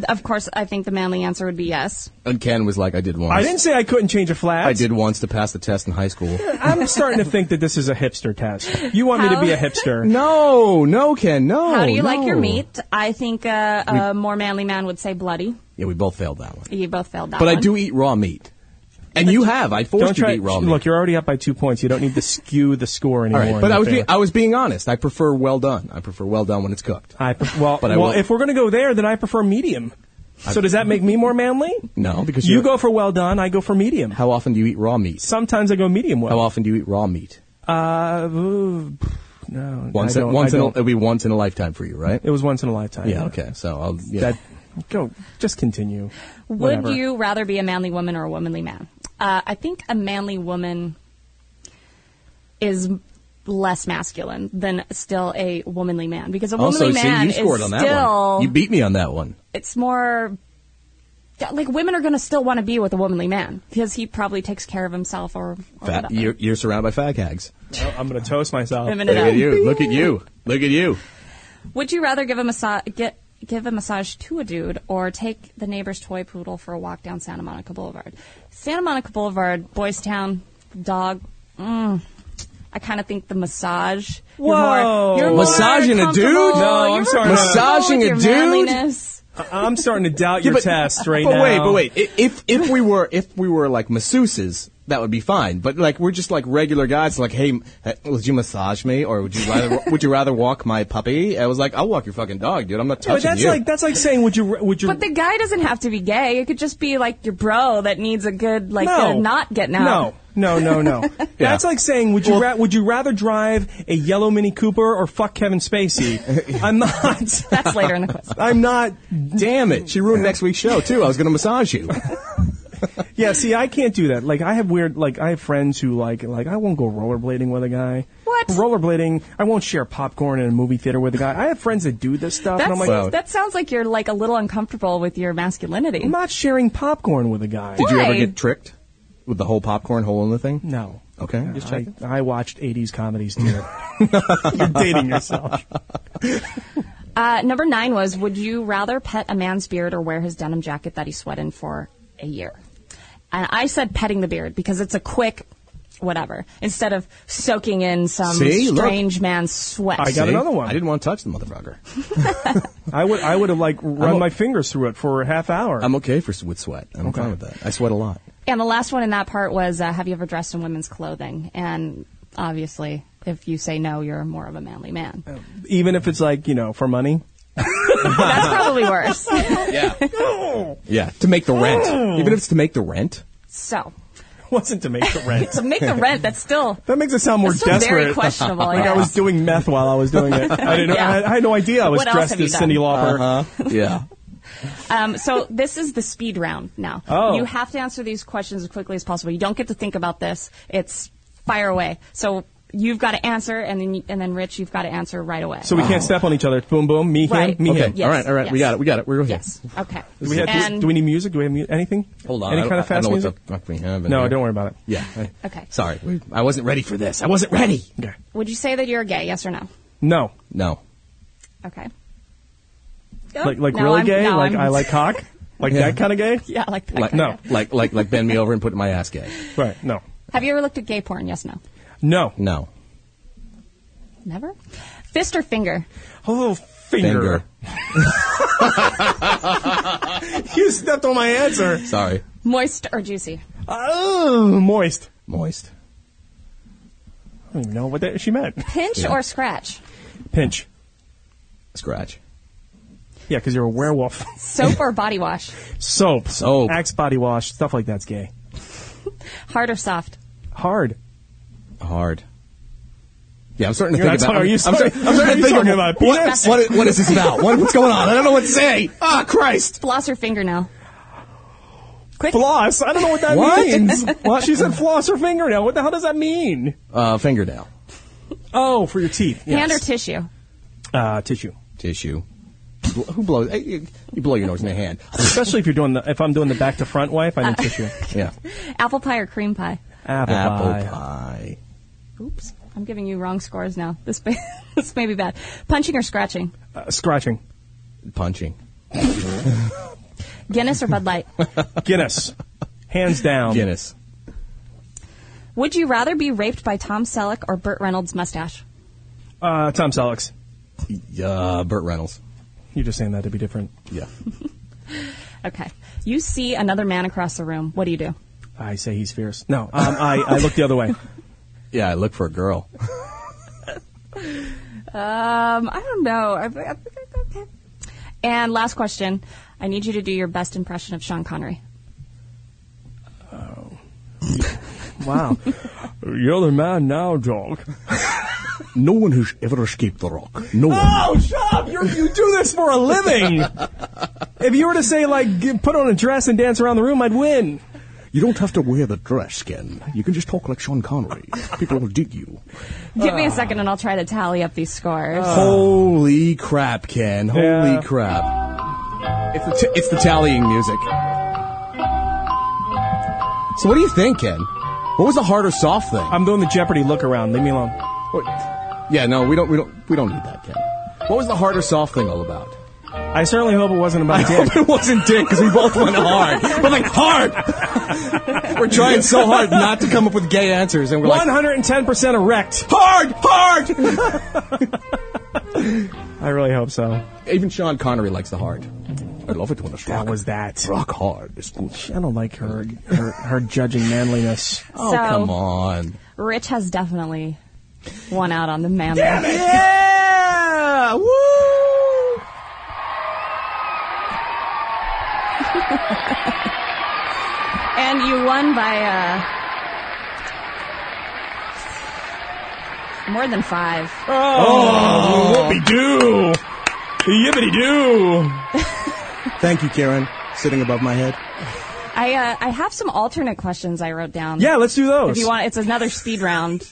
S4: Of course, I think the manly answer would be yes.
S2: And Ken was like, "I did once.
S3: I didn't say I couldn't change a flat.
S2: I did once to pass the test in high school."
S3: I'm starting to think that this is a hipster test. You want me to
S4: How-
S3: be a hipster?
S2: no, no, Ken, no.
S3: Oh,
S4: How do you like your
S2: no.
S4: meat? I think uh, a more manly man would say bloody.
S2: Yeah, we both failed that one.
S4: You both failed that
S2: But I
S4: one.
S2: do eat raw meat, and you have. I forced
S3: Uh-huh. Don't
S2: you to
S3: try.
S2: eat raw meat.
S3: Look, you're already up by two points. You don't need to skew the score
S2: all
S3: anymore.
S2: right,
S3: in
S2: but I
S3: your
S2: was being,
S3: favor.
S2: I was being honest. I prefer well done. I prefer well done when it's cooked.
S3: I pref- well,
S2: But I
S3: well
S2: will-
S3: if we're going to go there, then I prefer medium. So does that make me more manly?
S2: No, because
S3: You
S2: you're-
S3: go for well done. I go for medium.
S2: How often do you eat raw meat?
S3: Sometimes I go medium
S2: How
S3: well.
S2: often do you eat raw meat?
S3: Uh, ooh, pff, no,
S2: Once,
S3: I
S2: in,
S3: don't-
S2: once
S3: I
S2: in a,
S3: don't.
S2: it'll be once in a lifetime for you, right?
S3: it was once in a lifetime.
S2: Yeah. Okay. So I'll. Yeah.
S3: That go. Just continue.
S4: Would
S3: Whatever.
S4: you rather be a manly woman or a womanly man? Uh, I think a manly woman is less masculine than still a womanly man because a
S2: also,
S4: womanly
S2: Oh, see,
S4: man
S2: you scored
S4: is
S2: on that
S4: still
S2: one. You beat me on that one.
S4: it's more like women are going to still want to be with a womanly man because he probably takes care of himself or, or
S2: Fat,
S4: whatever.
S2: you're, you're surrounded by fag hags.
S3: Oh, I'm going to toast myself.
S4: Women
S2: Look
S4: it up.
S2: at you. Look at you. Look at you.
S4: Would you rather give a massage get give a massage to a dude or take the neighbor's toy poodle for a walk down Santa Monica Boulevard? Santa Monica Boulevard, Boys Town, dog. Mm. I kind of think the massage. You're
S3: Whoa.
S4: more, you're more
S2: Massaging a dude?
S4: comfortable.
S3: No, I'm
S4: You're more
S3: sorry.
S4: comfortable with
S2: Massaging a
S4: your
S2: dude?
S4: manliness.
S3: I- I'm starting to doubt your test right
S2: but
S3: now.
S2: wait, but wait. I- If if we were if we were like masseuses, that would be fine. But like we're just like regular guys. Like, hey, m- uh, would you massage me, or would you rather would you rather walk my puppy? I was like, I'll walk your fucking dog, dude. I'm not touching
S3: But that's
S2: you.
S3: like that's like saying would you would you
S4: But the guy doesn't have to be gay. It could just be like your bro that needs a good like
S3: no
S4: uh, not getting out.
S3: No, no, no, no. That's like saying would you ra- would you rather drive a yellow Mini Cooper or fuck Kevin Spacey? I'm not.
S4: That's later in the quiz.
S3: I'm not.
S2: damn it, she ruined next week's show too. I was gonna massage you.
S3: Yeah, see, I can't do that. Like, I have weird. Like, I have friends who like like I won't go rollerblading with a guy.
S4: What?
S3: Rollerblading. I won't share popcorn in a movie theater with a guy. I have friends that do this stuff, and I'm
S4: That's,
S3: like,
S2: Wow.
S4: That sounds like you're like a little uncomfortable with your masculinity.
S3: I'm not sharing popcorn with a guy.
S2: Did you ever
S4: Why?
S2: get tricked with the whole popcorn hole in the thing?
S3: No.
S2: Okay. Just
S3: I, I watched 80s comedies too. You're dating yourself.
S4: Uh, number nine was, would you rather pet a man's beard or wear his denim jacket that he sweat in for a year? And I said petting the beard because it's a quick whatever instead of soaking in some
S2: See, look.
S4: strange man's sweat.
S3: I got
S2: See?
S3: another one.
S2: I didn't want to touch the motherfucker.
S3: I would I would have like run
S2: o-
S3: my fingers through it for a half hour.
S2: I'm okay for s- with sweat. I'm fine with that. I sweat a lot.
S4: and the last one in that part was, uh, have you ever dressed in women's clothing? And obviously, if you say no, you're more of a manly man.
S3: Even if it's like, you know, for money.
S4: That's probably worse.
S2: Yeah. yeah. To make the rent, even if it's to make the rent.
S4: so.
S3: wasn't to make the rent.
S4: to make the rent, that's still
S3: That makes it sound more
S4: That's still
S3: desperate.
S4: very questionable, I
S3: like I was
S4: guess.
S3: doing meth while I was doing it. I didn't.
S4: Yeah.
S3: I, I had no idea I was
S4: What else
S3: dressed
S4: have you
S3: as Cindy
S4: done?
S3: Lauper.
S2: Uh-huh. Yeah.
S4: Um, so this is the speed round now.
S3: Oh.
S4: You have to answer these questions as quickly as possible. You don't get to think about this. It's fire away. So you've got to answer, and then you, and then Rich, you've got to answer right away.
S3: So we can't step on each other. Boom, boom. Me,
S4: Right.
S3: him, me,
S2: Okay.
S3: him.
S4: Yes.
S2: All right. All right. We
S4: Yes.
S2: got it. We got it. We're here.
S4: yes. Okay.
S3: Do we, have, do,
S4: and,
S3: do we need music? Do we have mu- anything?
S2: Hold on. I
S3: Any
S2: don't-
S3: kind of
S2: I
S3: fast
S2: don't know
S3: music?
S2: What the fuck we have in
S3: no,
S2: here.
S3: don't worry about it.
S2: Yeah. I-
S4: Okay.
S2: Sorry. We- I wasn't ready for this. I wasn't ready.
S3: Okay.
S4: Would you say that you're gay? Yes or no?
S3: No.
S2: No.
S4: Okay.
S3: Like like
S4: No,
S3: really
S4: I'm-
S3: gay?
S4: no,
S3: like
S4: I'm-
S3: i like cock? Like
S2: Yeah.
S3: that kind of gay?
S4: Yeah, like that.
S2: Like
S4: kinda.
S3: no.
S2: Like like like bend me over and put my ass gay.
S3: Right. No.
S4: Have you ever looked at gay porn? Yes. No.
S3: No.
S2: No.
S4: Never. Fist or finger?
S3: Oh, finger.
S2: Finger.
S3: you stepped on my answer.
S2: Sorry.
S4: Moist or juicy?
S3: Oh, moist.
S2: Moist.
S3: I don't even know what that she meant.
S4: Pinch
S2: Yeah.
S4: or scratch?
S3: Pinch.
S2: Scratch.
S3: Yeah, because you're a werewolf.
S4: Soap or body wash?
S3: Soap.
S2: Soap.
S3: Axe body wash. Stuff like that's gay.
S4: Hard or soft?
S3: Hard.
S2: Hard. Yeah, I'm starting to
S3: You're
S2: think about.
S3: not talking-
S2: I'm,
S3: are you
S2: I'm
S3: sorry-
S2: starting- I'm starting
S3: are you
S2: to think
S3: talking
S2: of-
S3: about penis?
S2: what, what, what is this about? What, what's going on? I don't know what to say. Ah, Christ!
S4: Floss or fingernail? Quick.
S3: Floss. I don't know what that
S2: What?
S3: means. She said floss her fingernail. What the hell does that mean?
S2: Uh, fingernail,
S3: Oh, for your teeth.
S4: Hand or
S3: yes.
S4: tissue?
S3: uh, tissue.
S2: tissue. Bl- Who blows? eh, You you blow your nose in the hand.
S3: Especially if you're doing the if I'm doing the back to front wipe,
S4: Uh,
S3: I need tissue.
S2: Yeah.
S4: Apple pie or cream pie?
S3: Apple,
S2: Apple
S3: pie.
S2: pie.
S4: Oops, I'm giving you wrong scores now. This may, this may be bad. Punching or scratching?
S3: Uh, scratching.
S2: Punching.
S4: Guinness or Bud Light?
S3: Guinness. Hands down.
S2: Guinness.
S4: Would you rather be raped by Tom Selleck or Burt Reynolds' mustache?
S3: Uh, Tom Selleck's.
S2: Uh, Burt Reynolds.
S3: You're just saying that to be different.
S2: Yeah.
S4: Okay. You see another man across the room. What do you do?
S3: I say he's fierce. No, um, I, I look the other way.
S2: Yeah, I look for a girl.
S4: Um, I don't know. I, I, okay. And last question. I need you to do your best impression of Sean Connery.
S3: Wow. You're the man now, dog.
S2: No one who's ever escaped the rock. No one.
S3: Oh, shut up! You're, you do this for a living. if you were to say like g- put on a dress and dance around the room, I'd win.
S2: You don't have to wear the dress, Ken. You can just talk like Sean Connery. People will dig you.
S4: Give me a second and I'll try to tally up these scores.
S2: Holy crap, Ken. Holy
S3: Yeah.
S2: crap. It's the, t- it's the tallying music. So what do you think, Ken? What was the hard or soft thing?
S3: I'm doing the Jeopardy look around. Leave me alone.
S2: Wait. yeah, no, we don't, we don't, we don't need that, Ken. What was the hard or soft thing all about?
S3: I certainly hope it wasn't about
S2: I
S3: dick.
S2: hope it wasn't dick because we both went hard, but like hard. we're trying so hard not to come up with gay answers, and we're like
S3: 110% erect.
S2: hard, hard.
S3: I really hope so.
S2: Even Sean Connery likes the hard. I love it when it's rock.
S3: That was that.
S2: rock hard. It's good.
S3: I don't like her her, her judging manliness.
S2: Oh
S4: So-
S2: come on.
S4: Rich has definitely won out on the man.
S2: Yeah! Woo!
S4: And you won by uh, more than five.
S3: Whoopie doo. Yippity doo.
S2: Thank you, Karen. Sitting above my head.
S4: I uh, I have some alternate questions I wrote down.
S3: Yeah, let's do those.
S4: If you want, it's another speed round.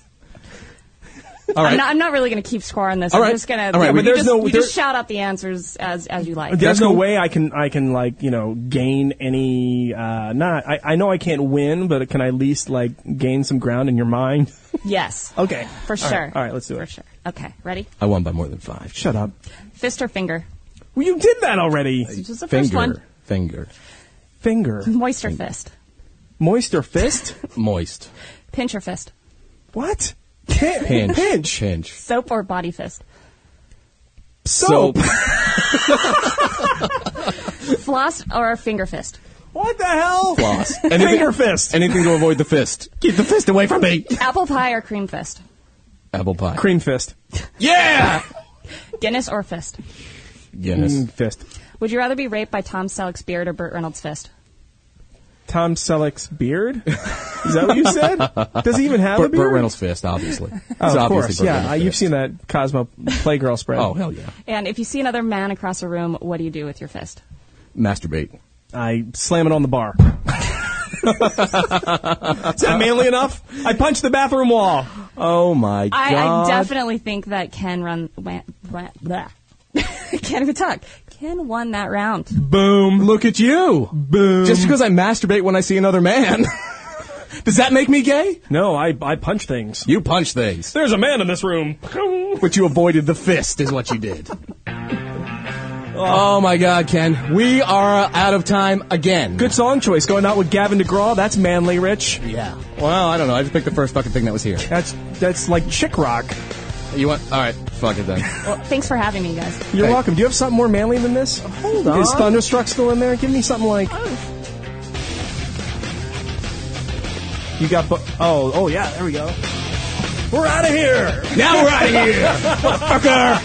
S2: All right.
S4: I'm, not, I'm not really going to keep score on this.
S2: All
S4: I'm
S2: right.
S4: just going to.
S2: All right,
S4: you
S2: but there's
S4: just,
S2: no-
S4: you
S2: there-
S4: just shout out the answers as as you like.
S3: There's
S2: That's
S3: no
S2: cool.
S3: way I can I can like you know gain any uh not I, I know I can't win but can I at least like gain some ground in your mind?
S4: Yes,
S3: Okay,
S4: for
S3: All right,
S4: sure.
S3: All right, let's do
S4: For
S3: it.
S4: sure. Okay, ready?
S2: I won by more than five.
S3: Shut up.
S4: Fist or finger?
S3: Well, you did that already.
S4: This is the
S2: Finger.
S4: first one.
S2: Finger.
S3: Finger,
S4: Moist or fist?
S3: moist or fist?
S2: Moist.
S4: Pinch or fist?
S3: What? Pin-
S2: Pinch.
S3: Pinch.
S2: Pinch.
S4: Soap or body fist?
S3: Soap.
S4: Floss or finger fist?
S3: What the hell?
S2: Floss.
S3: Finger fist.
S2: Anything to avoid the fist. Keep the fist away from me.
S4: Apple pie or cream fist?
S2: Apple pie.
S3: Cream fist.
S2: Yeah!
S4: Guinness or fist?
S2: Guinness.
S3: Mm, Fist.
S4: Would you rather be raped by Tom Selleck's beard or Burt Reynolds' fist?
S3: Tom Selleck's beard? Is that what you said? Does he even have a
S2: Burt,
S3: beard?
S2: Burt Reynolds' fist, obviously. It's
S3: Oh, of
S2: obviously
S3: course,
S2: Burt
S3: yeah.
S2: Reynolds'
S3: Uh, you've
S2: fist.
S3: seen that Cosmo Playgirl spread.
S2: Oh hell yeah!
S4: And if you see another man across a room, what do you do with your fist?
S2: Masturbate.
S3: I slam it on the bar. Is that manly enough? I punch the bathroom wall.
S2: Oh my
S4: I,
S2: god!
S4: I definitely think that Ken run. Went, went, bleh. Can't even talk. Ken won that round.
S2: Boom! Look at you! Boom! Just because I masturbate when I see another man, does that make me gay?
S3: No, I, I punch things.
S2: You punch things,
S3: There's a man in this room.
S2: but you avoided the fist, is what you did. Oh my God, Ken! We are out of time again.
S3: Good song choice going out with Gavin DeGraw. That's manly, Rich.
S2: Yeah. Well, I don't know. I just picked the first fucking thing that was here.
S3: That's that's like chick rock.
S2: You want? All right. Fuck it then.
S4: Well, thanks for having me, guys.
S3: You're
S2: Hey.
S3: welcome. Do you have something more manly than this? Hold on. Is Thunderstruck still in there? Give me something like. You got. Bu- oh, oh yeah. There we go. We're out of here.
S2: Now we're out of here, motherfucker.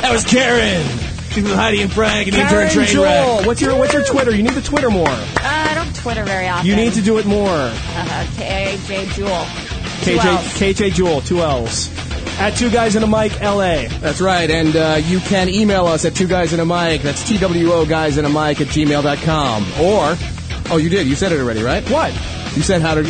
S2: That was Karen. She's with Heidi and Frank and
S3: Karen
S2: intern train
S3: Joel.
S2: wreck.
S3: What's your What's your Twitter? You need the Twitter more.
S4: Uh, I don't Twitter very often.
S3: You need to do it more.
S4: Uh, KJ Jewel.
S3: KJ KJ Jewel two L's at two guys in a mic LA.
S2: That's right, and uh, you can email us at two guys in a mic. That's two guys in a mic at gmail.com. Or, oh, you did. You said it already, right?
S3: What?
S2: You said how to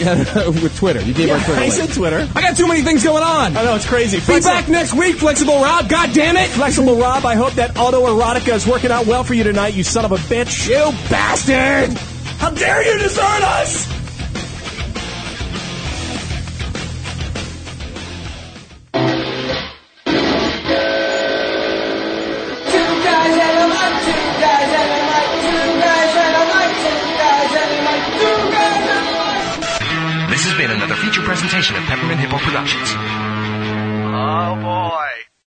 S2: with Twitter. You gave our Twitter.
S3: I
S2: link.
S3: said Twitter.
S2: I got too many things going on.
S3: I know it's crazy.
S2: Be back next week, Flexible Rob. God damn it,
S3: Flexible Rob, I hope that autoerotica is working out well for you tonight, you son of a bitch.
S2: you bastard! How dare you desert us?
S9: This has been another feature presentation of Peppermint Hippo Productions.
S6: Oh boy.